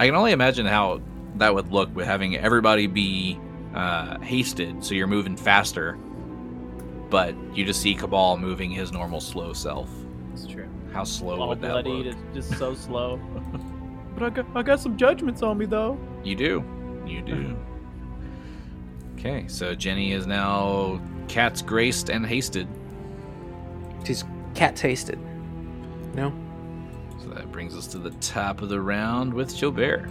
A: I can only imagine how that would look with having everybody be uh, hasted, so you're moving faster, but you just see Cabal moving his normal slow self.
E: it's true.
A: How slow
E: All
A: would that
E: bloodied.
A: look?
E: It's just so slow. but I got I got some judgments on me though.
A: You do. You do. okay, so Jenny is now cat's graced and hasted.
B: She's cat tasted. No?
A: So that brings us to the top of the round with Gilbert.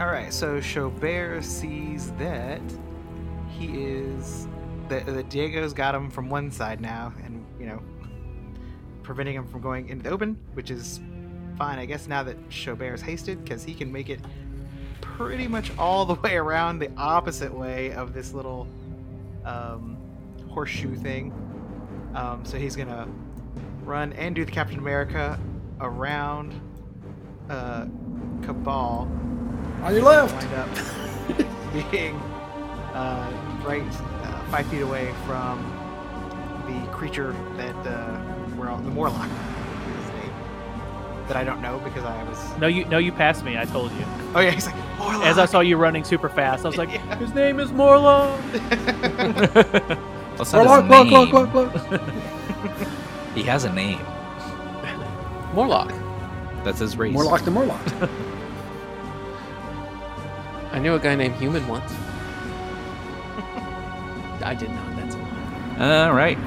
C: All right. So Chaubert sees that he is that, that Diego's got him from one side now, and you know, preventing him from going into the open, which is fine, I guess. Now that Chaubert is hasted, because he can make it pretty much all the way around the opposite way of this little um, horseshoe thing. Um, so he's gonna run and do the Captain America around uh, Cabal
D: On your left!
C: wind up being uh, right uh, five feet away from the creature that uh, we're all, the Morlock his name, that I don't know because I was.
E: No, you no, you passed me. I told you.
C: Oh yeah, he's like Morlock.
E: As I saw you running super fast, I was like,
C: Yeah.
E: his name is Morlo.
A: That's not
D: Look,
A: his
D: look,
A: name.
D: look, look, look.
A: He has a name.
B: Morlock.
A: That's his race.
D: More locked than more locked.
B: I knew a guy named Human once. I did not, that's a lie.
A: All right.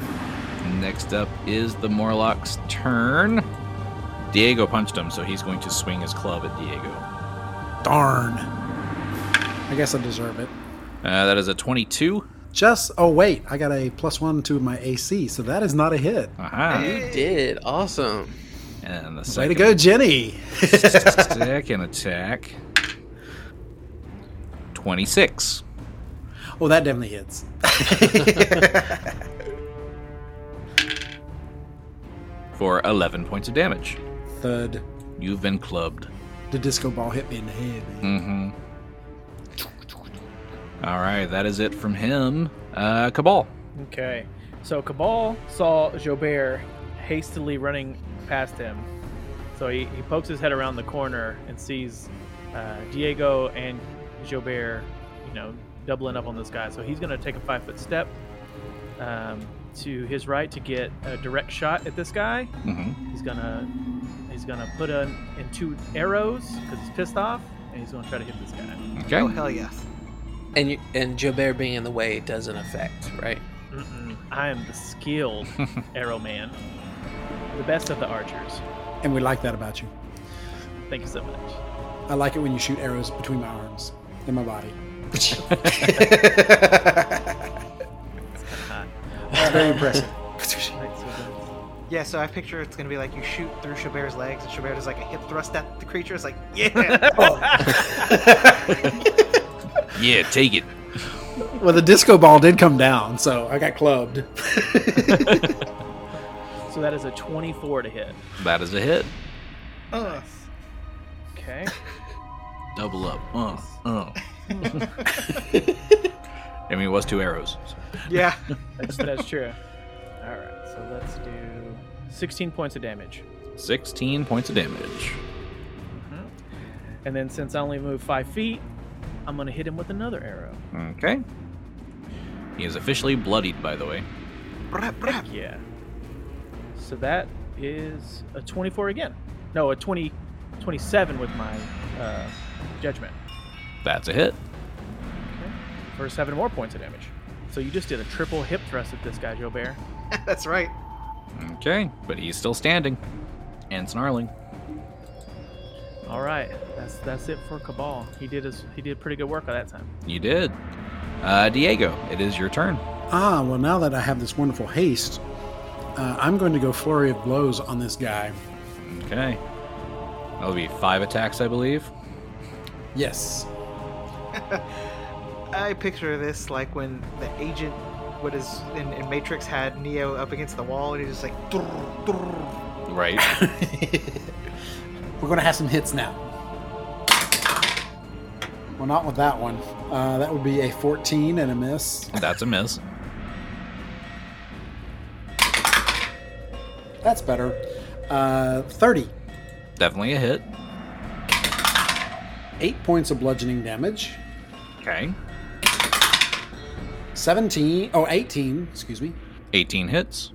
A: Next up is the Morlock's turn. Diego punched him, so he's going to swing his club at Diego.
D: Darn. I guess I deserve it.
A: Uh, that is a 22.
D: Just, oh, wait, I got a plus one to my AC, so that is not a hit.
A: Aha.
B: You did. Awesome.
A: And the
D: Way to
A: second,
D: go, Jenny!
A: second attack 26.
D: Oh, that definitely hits.
A: for 11 points of damage.
D: Thud.
A: You've been clubbed.
D: The disco ball hit me in the head. man.
A: Mm-hmm. All right, that is it from him. Uh, Cabal.
E: Okay. So Cabal saw Jobert hastily running past him. So he, he pokes his head around the corner and sees uh, Diego and Jobert, you know, doubling up on this guy. So he's going to take a five foot step um, to his right to get a direct shot at this guy.
A: Mhm.
E: He's gonna he's gonna put in, in two arrows because he's pissed off, and he's gonna try to hit this guy.
C: Oh
A: Okay.
C: hell yes.
B: And you, and Jobert being in the way doesn't affect, right?
E: Mm-mm. I am the skilled arrow man, the best of the archers.
D: And we like that about you.
E: Thank you so much.
D: I like it when you shoot arrows between my arms and my body.
E: Hot. Uh,
D: Very impressive.
E: Thanks, so much.
C: Yeah, so I picture it's gonna be like you shoot through Chabert's legs, and Chabert does like a hip thrust at the creature. It's like, yeah,
A: Yeah, take it.
D: Well, the disco ball did come down, so I got clubbed.
E: So that is a 24 to hit.
A: That is a hit.
E: Oh.
C: Uh,
E: Okay.
A: Double up. Uh, uh. I mean, it was two arrows. so.
C: yeah.
E: That's, that's true. All right. So let's do 16 points of damage.
A: 16 points of damage.
E: And then since I only moved five feet, I'm going to hit him with another arrow.
A: Okay. He is officially bloodied, by the way.
C: Brap, brap.
E: Yeah. So that is a 24 again. No, a 20, 27 with my uh, judgment
A: That's a hit.
E: for seven more points of damage. So you just did a triple hip thrust at this guy, Jobert.
C: That's right.
A: Okay. But he's still standing and snarling.
E: All right, that's that's it for Cabal. He did his he did pretty good work that time.
A: You did. Uh, Diego, it is your turn.
D: Ah, well, now that I have this wonderful haste, uh, I'm going to go flurry of blows on this guy.
A: Okay. That'll be five attacks, I believe.
D: Yes.
C: I picture this like when the agent, what is in, in Matrix, had Neo up against the wall, and he's just like, "Drrr, drrr."
A: Right.
D: We're going to have some hits now. Well, not with that one. Uh, that would be a 14 and a miss.
A: That's a miss.
D: That's better. Uh, 30.
A: Definitely a hit.
D: Eight points of bludgeoning damage.
A: Okay.
D: 17, oh, 18, excuse me,
A: 18 hits.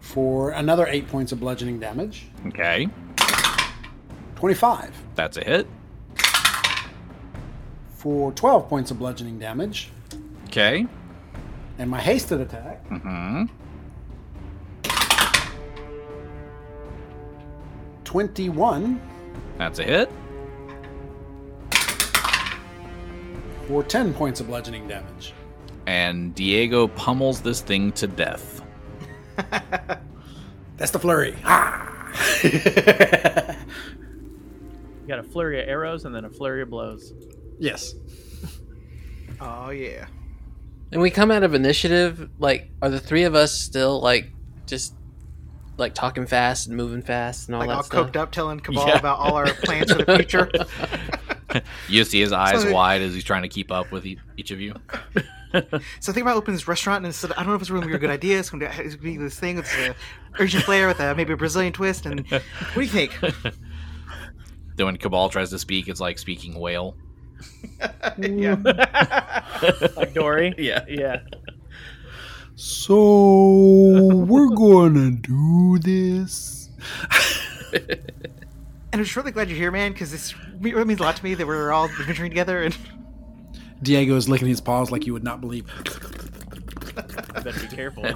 D: for another eight points of bludgeoning damage.
A: Okay.
D: 25
A: That's a hit.
D: for 12 points of bludgeoning damage.
A: Okay.
D: And my hasted attack
A: hmm
D: 21
A: That's a hit.
D: for 10 points of bludgeoning damage.
A: And Diego pummels this thing to death.
D: That's the flurry. Ah!
E: You got a flurry of arrows and then a flurry of blows.
D: yes.
C: oh yeah.
B: And we come out of initiative. Like, are the three of us still like just like talking fast and moving fast and all
C: Like
B: that
C: all
B: stuff?
C: coked up, telling Cabal
A: Yeah.
C: about all our plans for the future.
A: You see his eyes
C: So-
A: wide as he's trying to keep up with e- each of you.
C: so I think about opening this restaurant, and instead, I don't know if it's really gonna be a good idea. It's gonna be, it's gonna be this thing with an urgent flair, with a, maybe a Brazilian twist. And what do you think?
A: Then when Cabal tries to speak, it's like speaking whale.
C: yeah.
E: Like Dory.
A: Yeah.
E: Yeah.
D: So we're gonna do this.
C: And I'm just really glad you're here, man, because this me- really means a lot to me that we're all adventuring together. And
D: Diego is licking his paws like you would not believe.
E: You better be careful.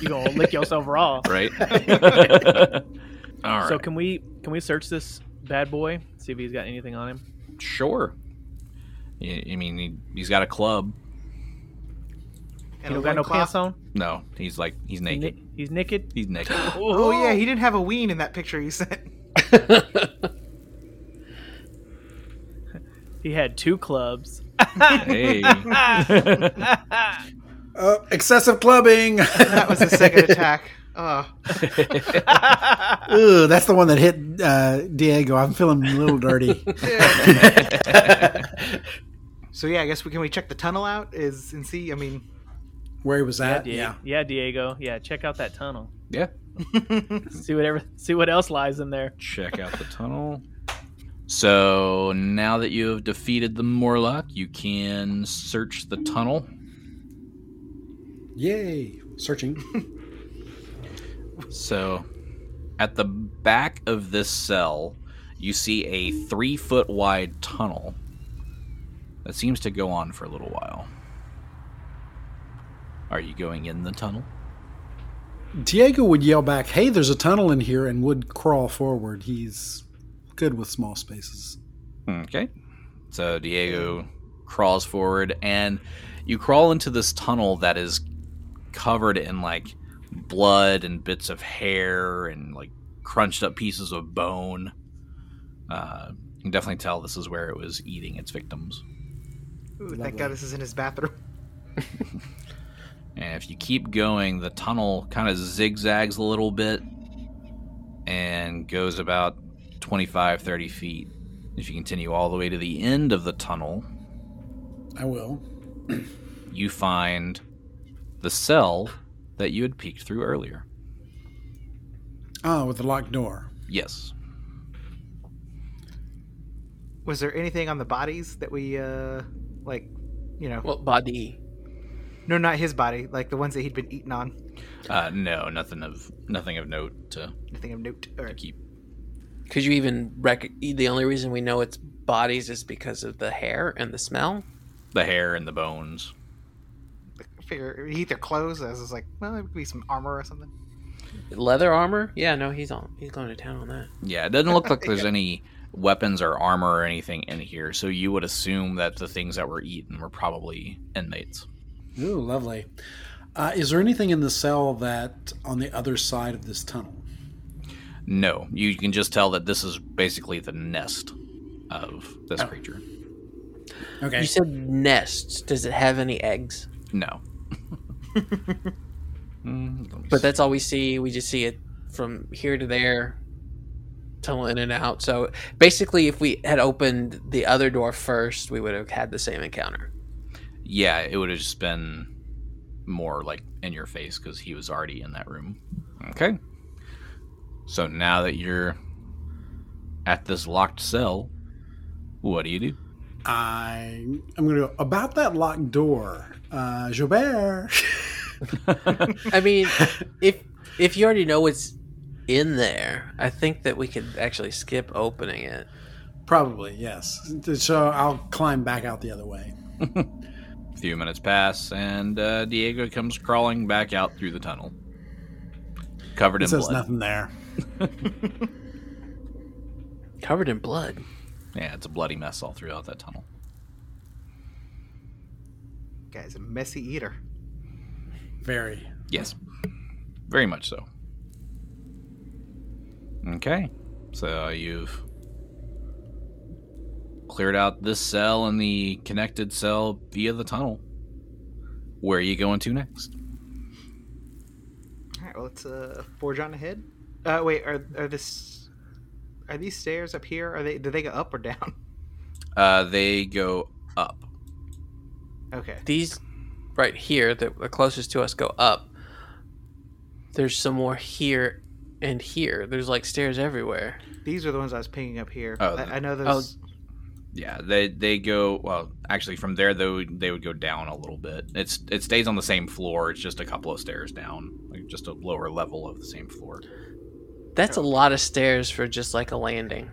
E: you gonna lick yourself raw.
A: Right? All right.
E: So can we can we search this bad boy? See if he's got anything on him.
A: sure. I I mean, he, he's got a club.
E: He
C: and
E: don't got no
C: loincloth.
E: pants on.
A: No, he's like, he's
E: He's
A: naked.
E: ni- He's naked.
A: He's naked.
C: Oh yeah, he didn't have a ween in that picture you sent.
E: He had two clubs.
A: hey.
D: Uh, excessive clubbing.
C: That was the second attack. Oh,
D: Ugh, that's the one that hit uh, Diego. I'm feeling a little dirty.
C: so yeah, I guess we can we check the tunnel out is and see. I mean,
D: Where he was at?
E: Diego.
D: Yeah.
E: Yeah, Diego. Yeah, check out that tunnel.
A: yeah.
E: See whatever. See what else lies in there.
A: Check out the tunnel. So now that you have defeated the Morlock, you can search the tunnel.
D: Yay! Searching.
A: So, at the back of this cell, you see a three foot wide tunnel that seems to go on for a little while. Are you going in the tunnel?
D: Diego would yell back, "Hey, there's a tunnel in here," and would crawl forward. He's good with small spaces.
A: Okay. So Diego crawls forward, and you crawl into this tunnel that is covered in like blood and bits of hair and like crunched up pieces of bone. Uh, you can definitely tell this is where it was eating its victims.
C: Ooh, thank God this is in his bathroom.
A: And if you keep going, the tunnel kind of zigzags a little bit and goes about 25, 30 feet. If you continue all the way to the end of the tunnel,
D: I will.
A: you find the cell that you had peeked through earlier.
D: Ah, with the locked door.
A: Yes.
C: Was there anything on the bodies that we, uh, like, you know,
B: Well, body.
C: no, not his body, like the ones that he'd been eating on.
A: Uh, no, nothing of nothing of note to,
C: Nothing of note. All
A: to
C: right.
A: keep.
B: Could you even rec- the only reason we know it's bodies is because of the hair and the smell?
A: The hair and the bones.
C: I figure he eat their clothes. I was just like, well, it would be some armor or something.
B: Leather armor? Yeah, no, he's on. He's going to town on that.
A: Yeah, it doesn't look like there's any weapons or armor or anything in here, so you would assume that the things that were eaten were probably inmates.
D: Ooh, lovely. Uh, is there anything in the cell that on the other side of this tunnel?
A: No, you can just tell that this is basically the nest of this
D: Oh.
A: creature.
D: Okay.
B: You said nests. Does it have any eggs?
A: No. Mm, let me
B: But
A: see.
B: that's all we see. We just see it from here to there, tunnel in and out. So basically, if we had opened the other door first, we would have had the same encounter.
A: yeah, it would have just been more like in your face because he was already in that room. Okay. So now that you're at this locked cell, what do you do?
D: I I'm gonna go about that locked door. Uh, Jobert.
B: I mean, if if you already know what's in there, I think that we could actually skip opening it.
D: Probably yes. So I'll climb back out the other way.
A: A few minutes pass, and uh, Diego comes crawling back out through the tunnel, covered
D: It
A: in
D: says
A: blood.
D: nothing there.
B: Covered in blood.
A: Yeah, it's a bloody mess all throughout that tunnel.
C: Guy's a messy eater.
D: Very.
A: Yes. Very much so. Okay. So you've cleared out this cell and the connected cell via the tunnel. Where are you going to next?
C: All right, well, let's uh, forge on ahead. Uh, wait, are are this are these stairs up here? Are they do they go up or down?
A: Uh, they go up.
C: Okay,
B: These right here that are closest to us go up. There's some more here and here. There's like stairs everywhere.
C: these are the ones I was picking up here.
A: Oh,
C: I, I know those.
A: Yeah, they they go well. Actually, from there though, they would go down a little bit. It's it stays on the same floor. It's just a couple of stairs down, like just a lower level of the same floor.
B: That's a lot of stairs for just like a landing.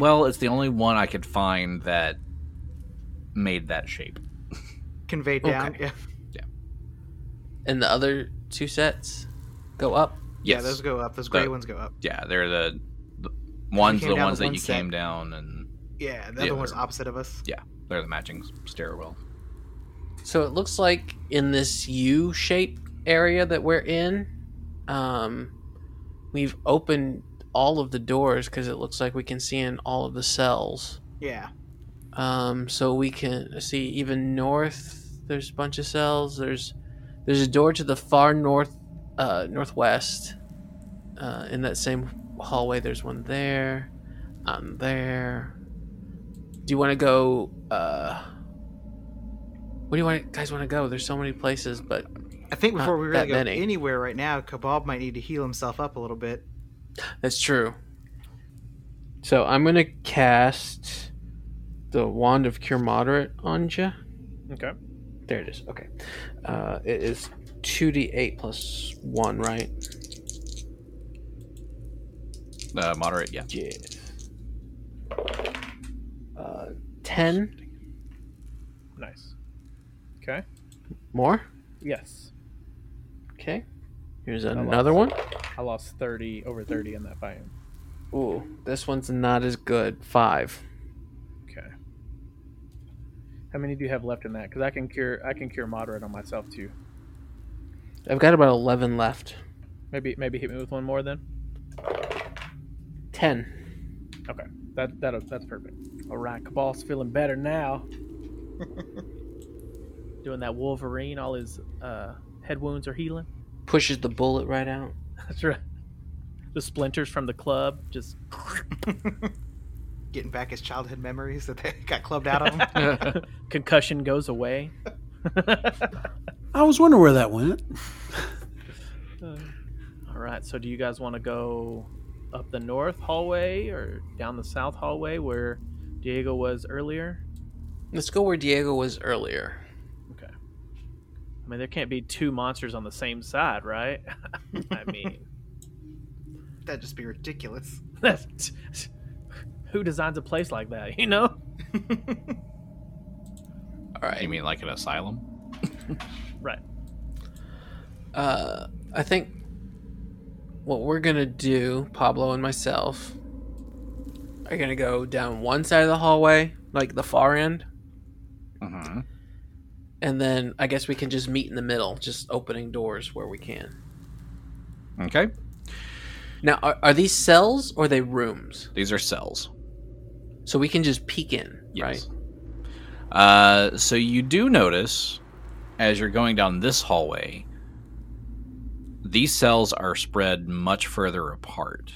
A: well, it's the only one I could find that made that shape.
C: conveyed
A: oh,
C: down. Yeah,
B: And the other two sets go up.
C: yeah,
A: Yes.
C: those go up. Those gray
A: The-
C: ones go up.
A: Yeah, they're the, the ones
C: came
A: the
C: down
A: ones
C: with
A: that
C: one
A: you
C: set.
A: came down and
C: Yeah, the
A: Yeah,
C: other one's
A: they're-
C: opposite of us.
A: they're the matching s- stairwell.
B: So it looks like in this U shape area that we're in, um, we've opened all of the doors because it looks like we can see in all of the cells.
C: Yeah,
B: Um, so we can see even north. There's a bunch of cells. There's there's a door to the far north uh, northwest. Uh, in that same hallway, there's one there. Um, there. Do you want to go? Uh, where do you want guys want to go? There's so many places, but
C: I think
B: Not
C: before we
B: that
C: really go
B: many.
C: anywhere right now, Kabab might need to heal himself up a little bit.
B: That's true. So I'm gonna cast the wand of cure moderate on you.
E: Okay.
B: There it is. Okay. Uh, it is 2d8 plus 1, right?
A: Uh, moderate, yeah.
B: Yeah. Uh, 10
E: Nice. Okay.
B: more.
E: Yes.
B: Okay. Here's
E: lost.
B: another one.
E: I lost 30, over 30 in that fight.
B: Ooh, this one's not as good. 5.
E: Okay. How many do you have left in that? Because I can cure, I can cure moderate on myself too.
B: I've got about 11 left.
E: Maybe, maybe hit me with one more then.
B: 10.
E: Okay, that that that's perfect. All right, Cabal's feeling better now. Doing that Wolverine, all his uh, head wounds are healing.
B: Pushes the bullet right out.
E: That's right. The splinters from the club just
C: Getting back his childhood memories that they got clubbed out of him.
E: concussion goes away.
D: I was wondering where that went.
E: all right, so do you guys want to go up the north hallway or down the south hallway where Diego was earlier?
B: Let's go where Diego was earlier.
E: I mean, there can't be two monsters on the same side, right? I mean,
C: That'd just be ridiculous.
E: That's- Who designs a place like that? You know,
B: All right.
A: You mean like an asylum?
E: right?
B: uh, I think what we're gonna do, Pablo and myself, are gonna go down one side of the hallway, like the far end,
C: Mm-hmm.
A: Uh-huh.
B: and then I guess we can just meet in the middle, just opening doors where we can.
A: Okay.
B: Now, are, are these cells or are they rooms?
A: These are cells.
B: So we can just peek in, right?
A: Yes. Uh, so you do notice as you're going down this hallway, these cells are spread much further apart.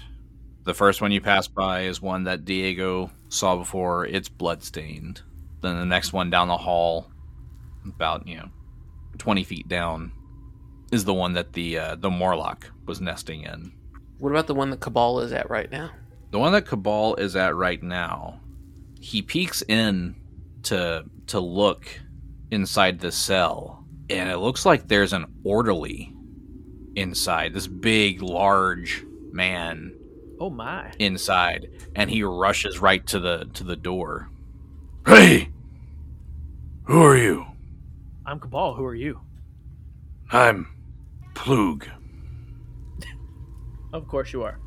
A: The first one you pass by is one that Diego saw before. It's bloodstained. Then the next one down the hall, about you know, twenty feet down, is the one that the uh, the Morlock was nesting in.
B: What about the one that Cabal is at right now?
A: The one that Cabal is at right now, he peeks in to to look inside the cell, and it looks like there's an orderly inside. This big, large man
E: Oh my!
A: inside, and he rushes right to the to the door. Hey, who are you?
E: I'm Cabal. Who are you?
A: I'm Plug.
E: Of course you are.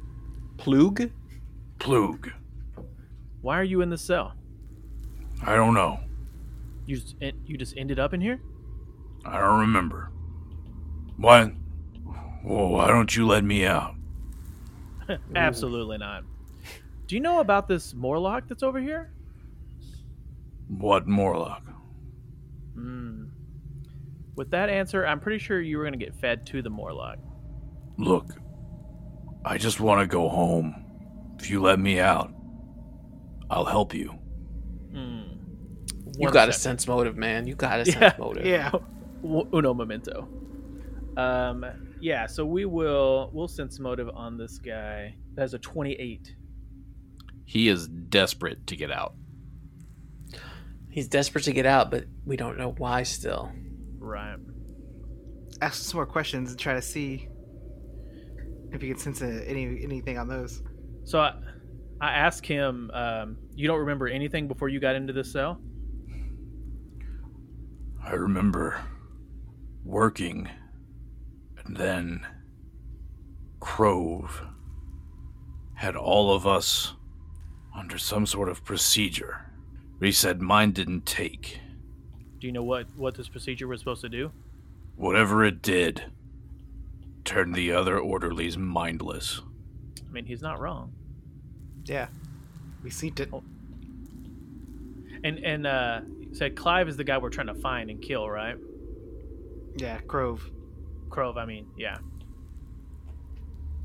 B: Plug?
A: Plug.
E: Why are you in the cell?
A: I don't know.
E: You just, en- you just ended up in here?
A: I don't remember. Why? Whoa, why don't you let me out?
E: Absolutely not. Do you know about this Morlock that's over here?
A: What Morlock?
E: Hmm. With that answer, I'm pretty sure you were gonna get fed to the Morlock.
A: Look, I just want to go home. If you let me out, I'll help you.
E: Hmm.
B: You
E: One
B: got a
E: second.
B: sense motive, man. You got a
E: Yeah.
B: sense motive.
C: Yeah.
E: W- uno momento. Um, yeah. So we will we'll sense motive on this guy. That's a 28.
A: He is desperate to get out.
B: He's desperate to get out, but we don't know why still.
E: Right.
C: Ask some more questions and try to see if you can sense uh, any anything on those.
E: So I, I ask him, um, you don't remember anything before you got into this cell?
A: I remember working, and then Crove had all of us under some sort of procedure. But he said mine didn't take.
E: Do you know what, what this procedure was supposed to do?
A: Whatever it did, turned the other orderlies mindless.
E: I mean, he's not wrong.
C: Yeah. We seen it.
E: And and uh, he said Clive is the guy we're trying to find and kill, right?
C: Yeah, Crove.
E: Crove, I mean, yeah.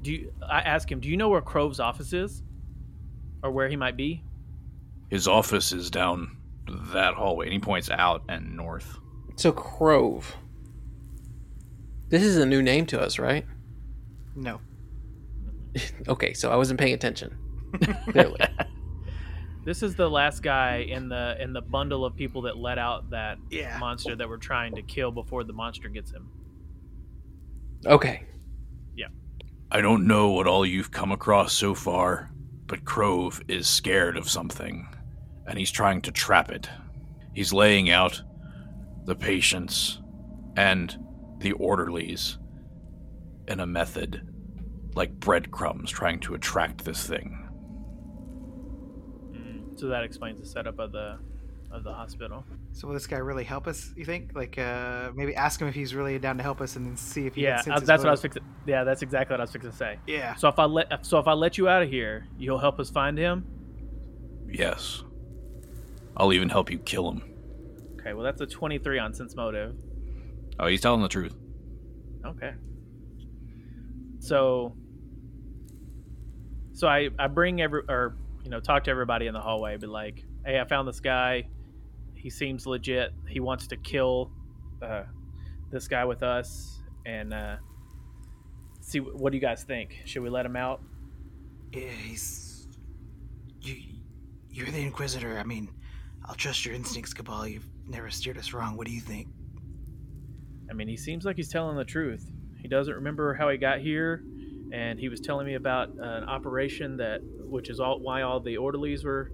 E: Do you, I ask him? Do you know where Crove's office is, or where he might be?
A: His office is down that hallway, and he points out and north.
B: So Crove. This is a new name to us, right?
C: No.
B: Okay, so I wasn't paying attention. Clearly.
E: This is the last guy in the in the bundle of people that let out that
C: Yeah.
E: monster that we're trying to kill before the monster gets him.
B: Okay.
A: I don't know what all you've come across so far, but Krove is scared of something, and he's trying to trap it. He's laying out the patients and the orderlies in a method like breadcrumbs trying to attract this thing.
E: Mm, so that explains the setup of the of the hospital.
C: So will this guy really help us? You think? Like, uh, maybe ask him if he's really down to help us, and then see if he
E: Yeah,
C: Can
E: uh,
C: sense his
E: that's what I was
C: motive.
E: fixing. Yeah, that's exactly what I was fixing to say.
C: Yeah.
E: So if I let so if I let you out of here, you'll help us find him.
A: Yes. I'll even help you kill him.
E: Okay, well that's a twenty three on sense motive.
A: Oh, he's telling the truth.
E: Okay. So so I I bring every or you know talk to everybody in the hallway be like, "Hey, I found this guy. He seems legit. He wants to kill uh this guy with us and uh see what do you guys think? Should we let him out?"
C: Yeah, he's. You, you're the Inquisitor. I mean, I'll trust your instincts, Cabal. You've never steered us wrong. What do you think?
E: I mean, he seems like he's telling the truth. He doesn't remember how he got here, and he was telling me about uh, an operation that, which is all why all the orderlies were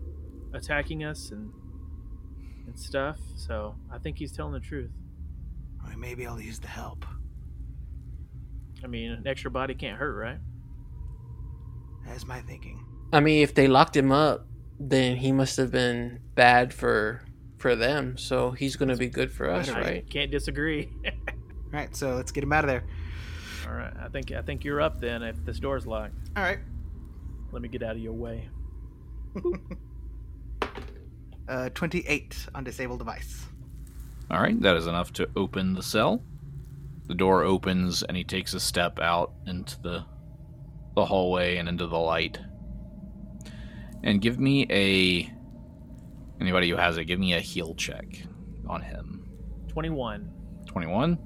E: attacking us and and stuff. So I think he's telling the truth.
C: I mean, maybe I'll use the help.
E: I mean, an extra body can't hurt, right?
C: That's my thinking.
B: I mean, if they locked him up, then he must have been bad for for them. So he's going to be good for us,
E: I
B: right?
E: can't disagree.
C: Right, so let's get him out of there.
E: all right, I think I think you're up then. If this door's locked,
C: All right.
E: let me get out of your way.
C: Uh, 28 on disabled device.
A: All right, that is enough to open the cell. The door opens and he takes a step out into the the hallway and into the light. And give me a anybody who has it, give me a heal check on him.
E: Twenty-one.
A: 21.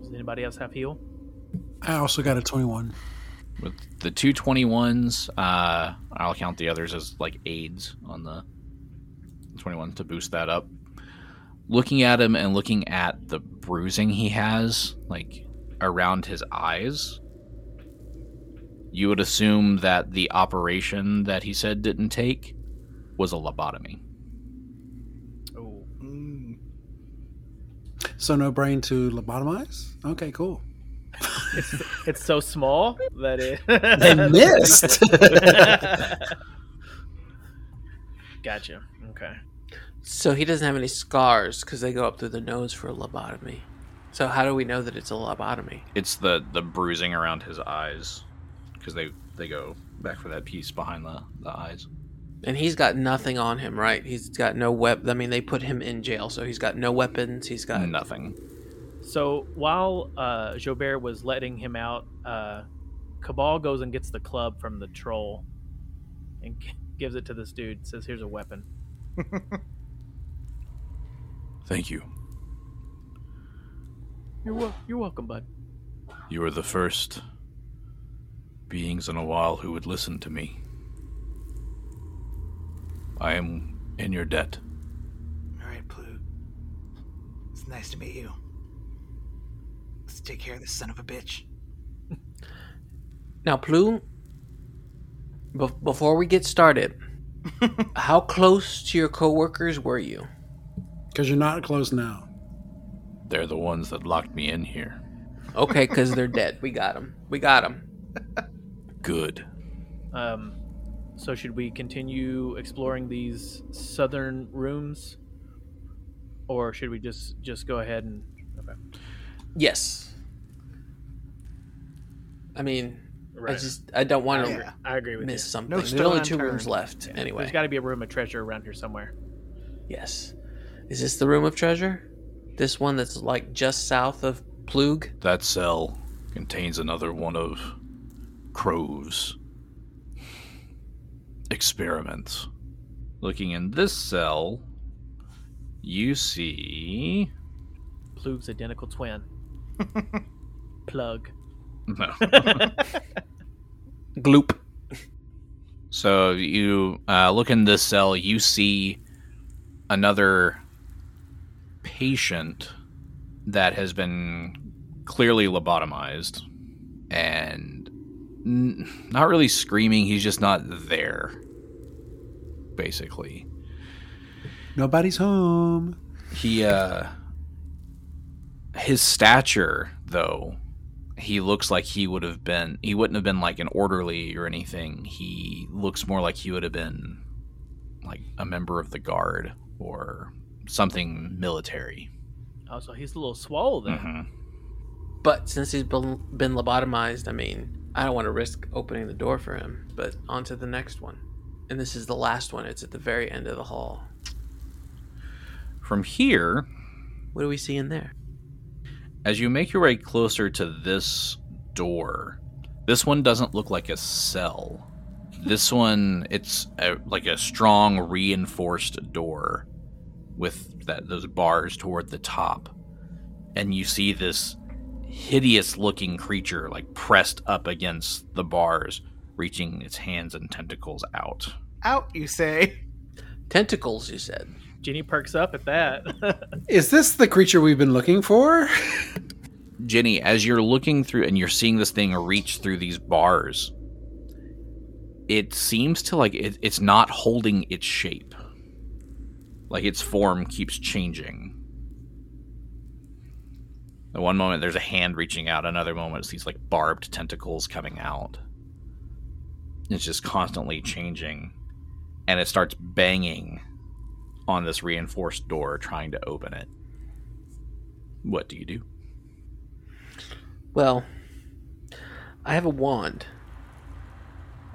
E: Does anybody else have heal?
D: I also got a 21.
A: With the two 21s, uh I'll count the others as like aids on the 21 to boost that up. Looking at him and looking at the bruising he has, like around his eyes, you would assume that the operation that he said didn't take was a lobotomy.
E: Oh,
C: Mm.
D: So no brain to lobotomize? Okay, cool.
E: it's it's so small that it
D: They missed.
E: gotcha. Okay.
B: So he doesn't have any scars because they go up through the nose for a lobotomy. So how do we know that it's a lobotomy?
A: It's the the bruising around his eyes because they they go back for that piece behind the, the eyes.
B: And he's got nothing on him, right? He's got no weapon. I mean, they put him in jail, so he's got no weapons. He's got
A: Nothing.
E: So while uh, Jobert was letting him out, uh, Cabal goes and gets the club from the troll and g- gives it to this dude. Says, "Here's a weapon."
A: Thank you.
E: You're wel- you're welcome, bud.
A: You were the first beings in a while who would listen to me. I am in your debt.
C: All right, Plu. It's nice to meet you. Let's take care of this son of a bitch.
B: Now, Plume, be- before we get started, how close to your coworkers were you?
D: Because you're not close now.
A: They're the ones that locked me in here.
B: Okay, because they're dead. We got them. We got them.
A: Good.
E: Um, so should we continue exploring these southern rooms, or should we just just go ahead and? Okay.
B: Yes. I mean,
E: Right.
B: I just I don't want to
C: Yeah.
E: I agree with
B: miss
E: you.
B: something.
C: No
B: There's
C: stone
B: only two
C: unturned.
B: rooms left. Anyway,
E: There's got to be a room of treasure around here somewhere.
B: yes. Is this the room of treasure? This one that's like just south of Plug.
A: That cell contains another one of Crow's experiments. Looking in this cell, you see.
E: Plug's identical twin. Plug.
A: No.
B: Gloop.
A: So you uh, look in this cell, you see another patient that has been clearly lobotomized and n- not really screaming. He's just not there, basically.
D: Nobody's home.
A: He, uh, his stature, though, he looks like he would have been, he wouldn't have been like an orderly or anything. He looks more like he would have been like a member of the guard or something military.
E: Oh, so he's a little swole then.
A: Mhm.
B: But since he's been, been lobotomized, I mean, I don't want to risk opening the door for him. But on to the next one. And this is the last one. It's at the very end of the hall.
A: From here,
B: What do we see in there?
A: As you make your way closer to this door, this one doesn't look like a cell. This one, it's a, like a strong reinforced door with that those bars toward the top. And you see this hideous looking creature like pressed up against the bars, reaching its hands and tentacles out.
C: Out, you say?
B: Tentacles, you said.
E: Jenny perks up at that.
D: Is this the creature we've been looking for?
A: Jenny, as you're looking through and you're seeing this thing reach through these bars, it seems to like it, it's not holding its shape. Like its form keeps changing. At one moment, there's a hand reaching out. Another moment, it's these like barbed tentacles coming out. It's just constantly changing, and it starts banging on this reinforced door, trying to open it. What do you do?
B: Well, I have a wand.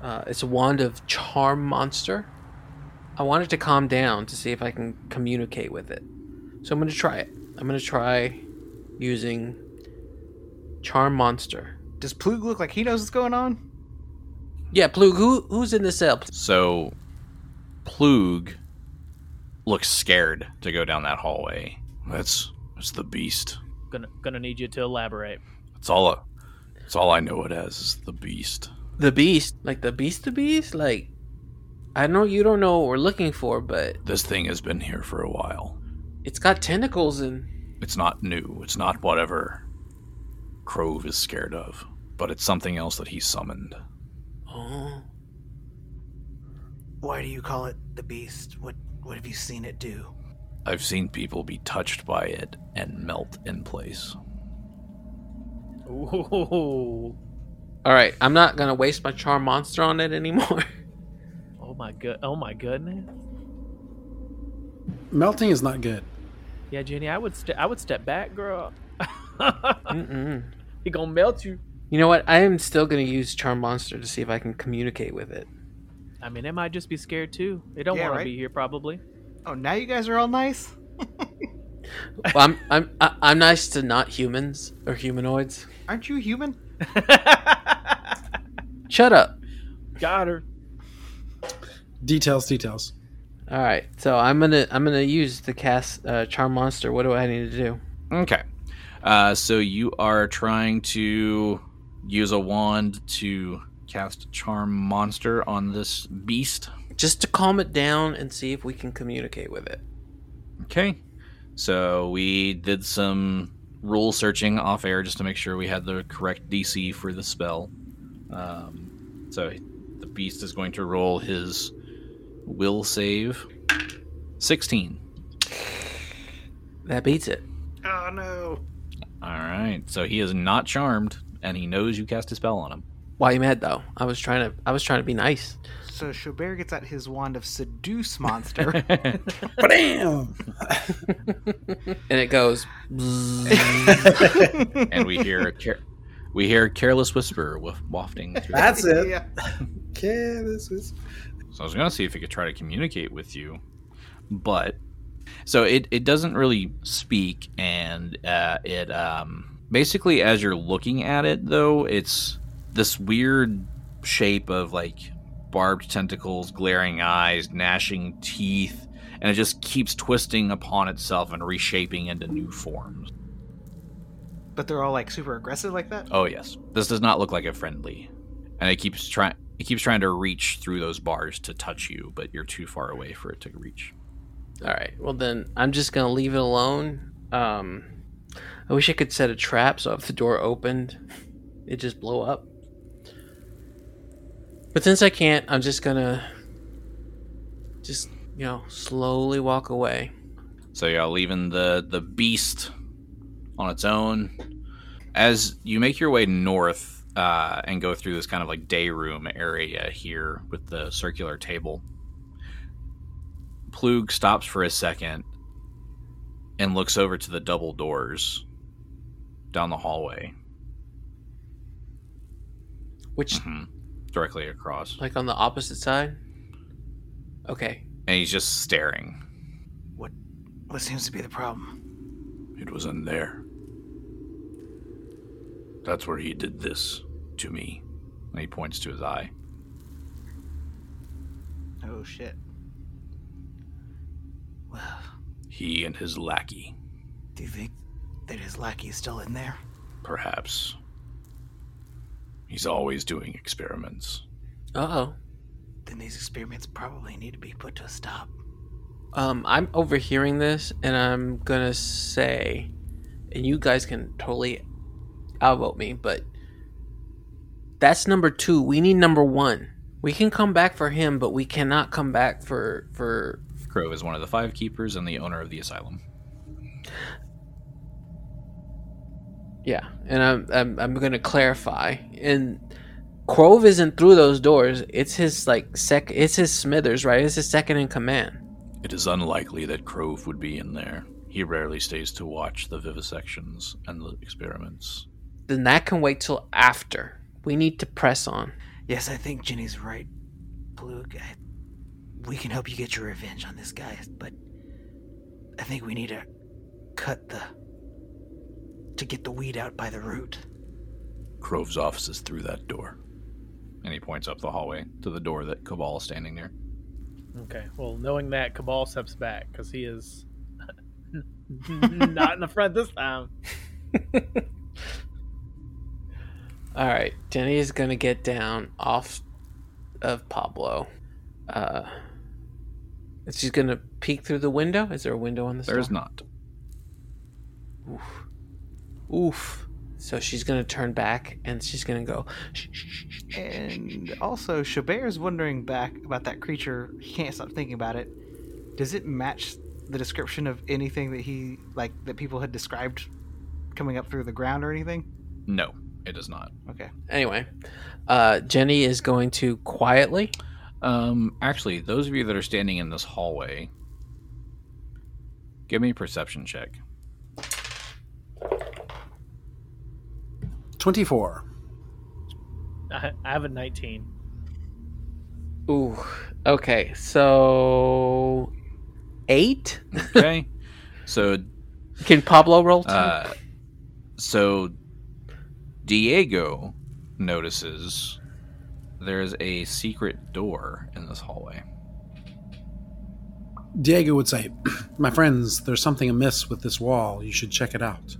B: Uh, it's a wand of charm monster. I want it to calm down to see if I can communicate with it. So I'm going to try it. I'm going to try using charm monster.
C: Does Plug look like he knows what's going on?
B: Yeah, Plug, who who's in the cell?
A: So Plug looks scared to go down that hallway. That's that's the beast.
E: gonna gonna need you to elaborate.
A: That's all a, that's all I know it as is the beast.
B: The beast, like the beast, the beast, like I know you don't know what we're looking for, but
A: This thing has been here for a while.
B: it's got tentacles and
A: It's not new. It's not whatever Crove is scared of, but it's something else that he summoned.
B: oh,
G: Why do you call it the beast? What what have you seen it do?
A: I've seen people be touched by it and melt in place.
E: Ooh.
B: all right. I'm not gonna waste my charm monster on it anymore.
E: Oh my good. Oh my goodness.
D: Melting is not good.
E: Yeah, Jenny, I would st- I would step back, girl.
B: Mm-mm.
E: he gonna melt you.
B: You know what? I am still gonna use charm monster to see if I can communicate with it.
E: I mean, it might just be scared too. They don't
C: Yeah,
E: want
C: right.
E: to be here, probably.
C: Oh, now you guys are all nice?
B: Well, I'm I'm I- I'm nice to not humans or humanoids.
C: Aren't you human?
B: Shut up.
E: Got her.
D: Details, details.
B: All right. So I'm gonna I'm gonna use the cast uh, charm monster. What do I need to do?
A: Okay. Uh, so you are trying to use a wand to cast Charm Monster on this beast.
B: Just to calm it down and see if we can communicate with it.
A: Okay. So we did some rule searching off air just to make sure we had the correct DC for the spell. Um, so the beast is going to roll his will save 16.
B: That beats it.
G: Oh no.
A: All right. So he is not charmed, and he knows you cast a spell on him.
B: Why you mad though? I was trying to I was trying to be nice.
C: So Chaubert gets out his wand of seduce monster.
D: Bam!
B: And it goes
A: and we hear a care- we hear a careless whisper waf- wafting through.
D: That's it.
C: Yeah.
D: Okay, this is
A: so I was gonna see if it could try to communicate with you, but so it it doesn't really speak, and uh, it um basically as you're looking at it though, it's this weird shape of like barbed tentacles, glaring eyes, gnashing teeth, and it just keeps twisting upon itself and reshaping into new forms.
C: But they're all like super aggressive like that?
A: Oh yes, this does not look like a friendly, and it keeps trying. It keeps trying to reach through those bars to touch you, but you're too far away for it to reach.
B: All right. Well, then I'm just gonna leave it alone. Um, I wish I could set a trap so if the door opened, it just blow up. But since I can't, I'm just gonna just you know slowly walk away.
A: So y'all leaving the the beast on its own. As you make your way north uh, and go through this kind of like day room area here with the circular table, Plug stops for a second and looks over to the double doors down the hallway,
B: Which
A: mm-hmm, directly across,
B: like on the opposite side. Okay.
A: and he's just staring.
G: What seems to be the problem?
A: It was in there. That's where he did this to me. And he points to his eye.
G: Oh shit. Well,
A: He and his lackey,
G: do you think that his lackey is still in there?
A: perhaps. He's always doing experiments.
B: Uh oh.
G: Then these experiments probably need to be put to a stop.
B: Um, I'm overhearing this, and I'm gonna say, and you guys can totally outvote me, but that's number two. We need number one. We can come back for him, but we cannot come back for for.
A: Crow is one of the five keepers and the owner of the asylum.
B: Yeah, and I'm I'm, I'm gonna clarify. And Quove isn't through those doors. It's his like sec. It's his Smithers, right? It's his second in command.
A: It is unlikely that Crove would be in there. He rarely stays to watch the vivisections and the experiments.
B: Then that can wait till after. We need to press on.
G: Yes, I think Jenny's right, Plug. I, we can help you get your revenge on this guy, but I think we need to cut the to get the weed out by the root.
A: Crove's office is through that door. And he points up the hallway to the door that Cabal is standing near.
E: Okay. Well, knowing that, Cabal steps back because he is not in the front this time.
B: All right, Jenny is gonna get down off of Pablo. Uh, and she's gonna peek through the window. Is there a window on this?
A: There is
B: door?
A: not.
B: Oof. So she's gonna turn back and she's gonna go. "Shh, shh, shh, shh, shh."
C: And also, Chabert is wondering back about that creature. He can't stop thinking about it. Does it match the description of anything that he like that people had described coming up through the ground or anything?
A: No, it is not.
C: Okay.
B: Anyway, uh, Jenny is going to quietly.
A: Um, actually, those of you that are standing in this hallway, give me a perception check.
D: 24.
E: I, I have a 19.
B: Ooh. Okay. So eight.
A: Okay, so
B: Can Pablo roll? Two?
A: uh, so Diego notices there's a secret door in this hallway.
D: Diego would say, My friends, there's something amiss with this wall. You should check it out.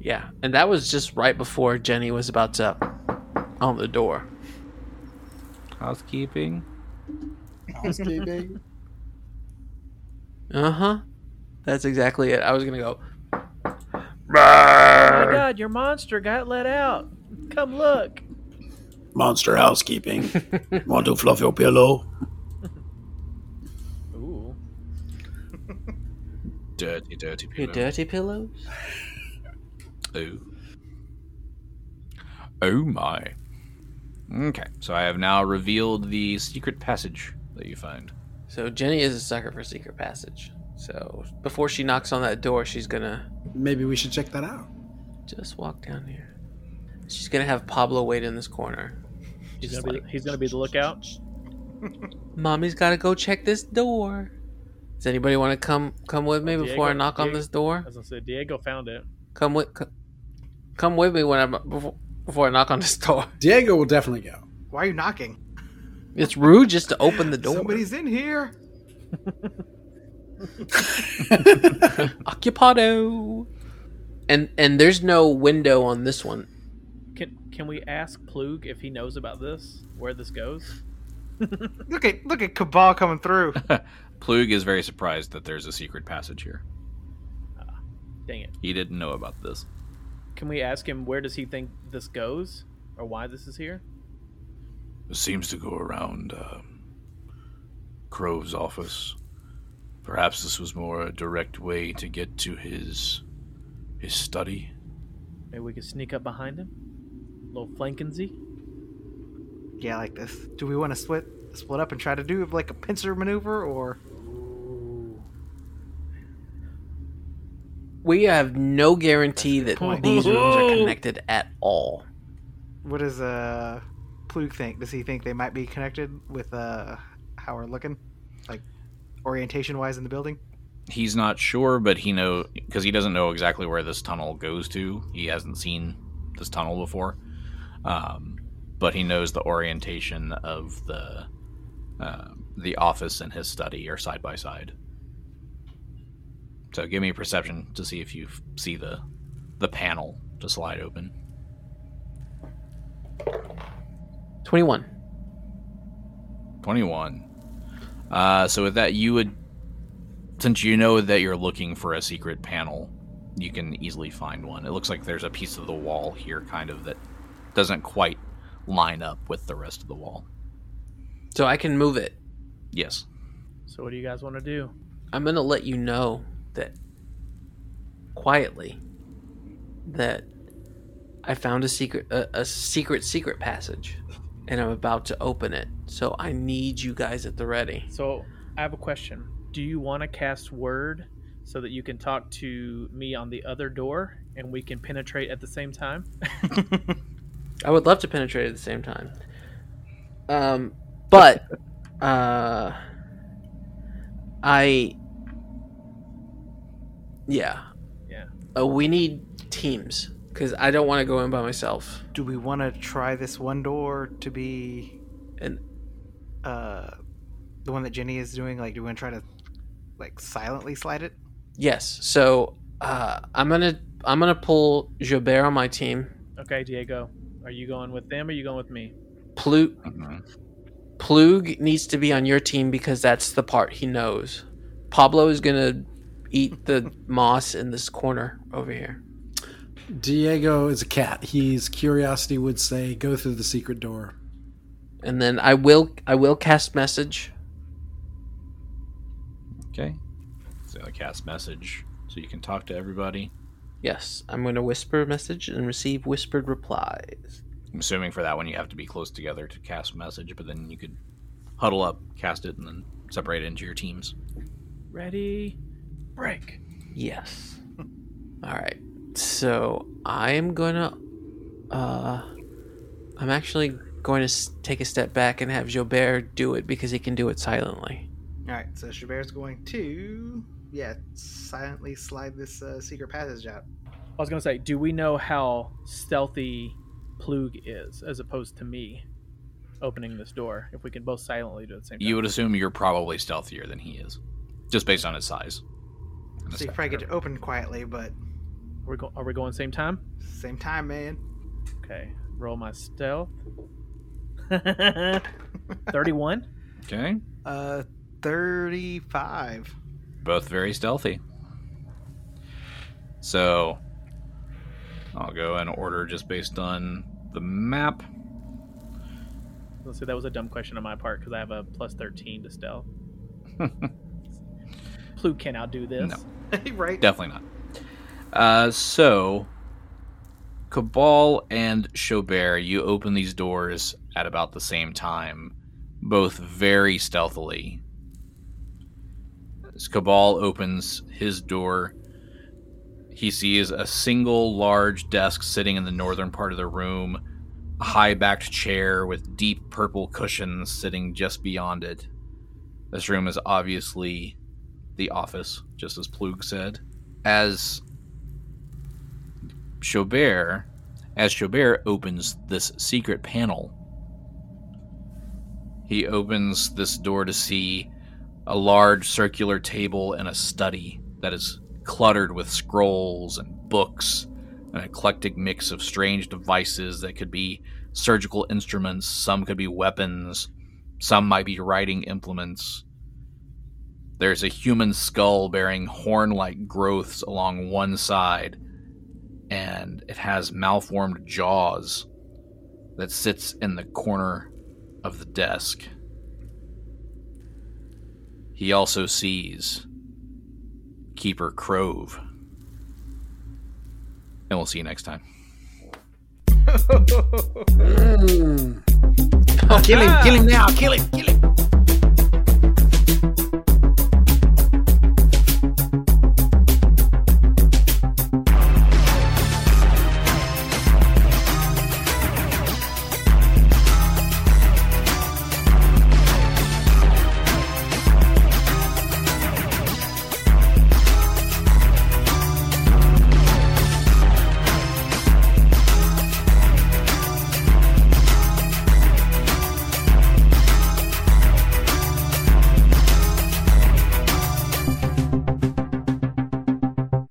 B: Yeah, and that was just right before Jenny was about to on the door.
A: Housekeeping.
B: Uh huh. That's exactly it. I was gonna go.
E: Oh my god, your monster got let out. Come look.
H: Monster housekeeping. Want to fluff your pillow?
E: Ooh.
A: Dirty, dirty
B: Your
A: people.
B: dirty pillows.
A: Ooh. Oh my. Okay, so I have now revealed the secret passage that you find.
B: So Jenny is a sucker for secret passage. So before she knocks on that door, she's gonna
D: Maybe we should check that out.
B: just walk down here. She's gonna have Pablo wait in this corner.
E: He's
B: Just
E: gonna,
B: like,
E: be, he's gonna be the lookout.
B: mommy's gotta go check this door. Does anybody want to come come with me before I
E: Diego-
B: knock on
E: Diego-
B: this door?
E: I was gonna say Diego found it.
B: Come with, c- come with me when I before, before I knock on this door.
D: Diego will definitely go.
C: Why are you knocking?
B: It's rude just to open the door.
C: Somebody's in here.
B: Occupado. And and there's no window on this one.
E: Can can we ask Plug if he knows about this? Where this goes?
C: Look at look at Cabal coming through.
A: Plug is very surprised that there's a secret passage here.
E: Dang it!
A: He didn't know about this.
E: Can we ask him where does he think this goes or why this is here?
H: It seems to go around uh, Crove's office. Perhaps this was more a direct way to get to his his study.
E: Maybe we could sneak up behind him, little flankinsy.
C: yeah, I like this. Do we want to split split up and try to do like a pincer maneuver or
B: We have no guarantee that these rooms are connected at all.
C: what does uh Plug think? Does he think they might be connected with uh how we're looking? Like orientation wise in the building?
A: He's not sure, but he know because he doesn't know exactly where this tunnel goes to. He hasn't seen this tunnel before, um, but he knows the orientation of the uh, the office and his study are side by side. So give me a perception to see if you f- see the the panel to slide open.
B: 21.
A: 21. Uh, so with that, you would, since you know that you're looking for a secret panel, you can easily find one. It looks like there's a piece of the wall here, kind of that doesn't quite line up with the rest of the wall.
B: So I can move it.
A: Yes.
E: So what do you guys want to do?
B: I'm gonna let you know that quietly that I found a secret a, a secret secret passage and I'm about to open it. So I need you guys at the ready.
E: So I have a question. Do you want to cast word so that you can talk to me on the other door and we can penetrate at the same time?
B: I would love to penetrate at the same time. Um but uh I yeah.
E: Yeah.
B: Uh, we need teams cuz I don't want to go in by myself.
C: Do we want to try this one door to be
B: And
C: uh the one that Jenny is doing? Like, do we want to try to like silently slide it?
B: yes. So uh I'm going to I'm going to pull Jobert on my team.
E: Okay, Diego. Are you going with them or are you going with me?
B: Plug Plug needs to be on your team because that's the part he knows. Pablo is gonna eat the moss in this corner over here.
D: Diego is a cat. His curiosity would say, "Go through the secret door."
B: And then I will I will cast message.
A: Okay. So I cast message so you can talk to everybody.
B: Yes, I'm gonna whisper message and receive whispered replies.
A: I'm assuming for that one you have to be close together to cast message, but then you could huddle up, cast it, and then separate it into your teams.
E: Ready? Break.
B: Yes. Alright. So I am gonna uh I'm actually going to s- take a step back and have Jobert do it because he can do it silently.
C: All right, so Chabert's going to yeah silently slide this uh, secret passage out.
E: I was gonna say, do we know how stealthy Plug is as opposed to me opening this door? If we can both silently do it at the same time.
A: You would assume you're probably stealthier than he is, just based on his size. And
C: So you
A: his
C: probably get it open quietly, but
E: We're go- are we going same time?
C: same time, man.
E: Okay. Roll my stealth. Thirty-one.
A: Okay.
C: Uh, thirty-five.
A: both very stealthy. So I'll go in order just based on the map.
E: Let's see. That was a dumb question on my part because I have a plus thirteen to stealth. Plug can outdo this.
C: right.
A: Definitely not. Uh, so Cabal and Chaubert, you open these doors at about the same time, both very stealthily. As Cabal opens his door, he sees a single large desk sitting in the northern part of the room, a high backed chair with deep purple cushions sitting just beyond it. This room is obviously the office, just as Plug said. As Chaubert, as Chaubert opens this secret panel, he opens this door to see a large circular table and a study that is cluttered with scrolls and books an eclectic mix of strange devices that could be surgical instruments, some could be weapons, some might be writing implements. There's a human skull bearing horn like growths along one side, and it has malformed jaws that sits in the corner of the desk. He also sees Keeper Crove. And we'll see you next time.
I: Mm.
J: Kill him, kill him now, kill him, kill him.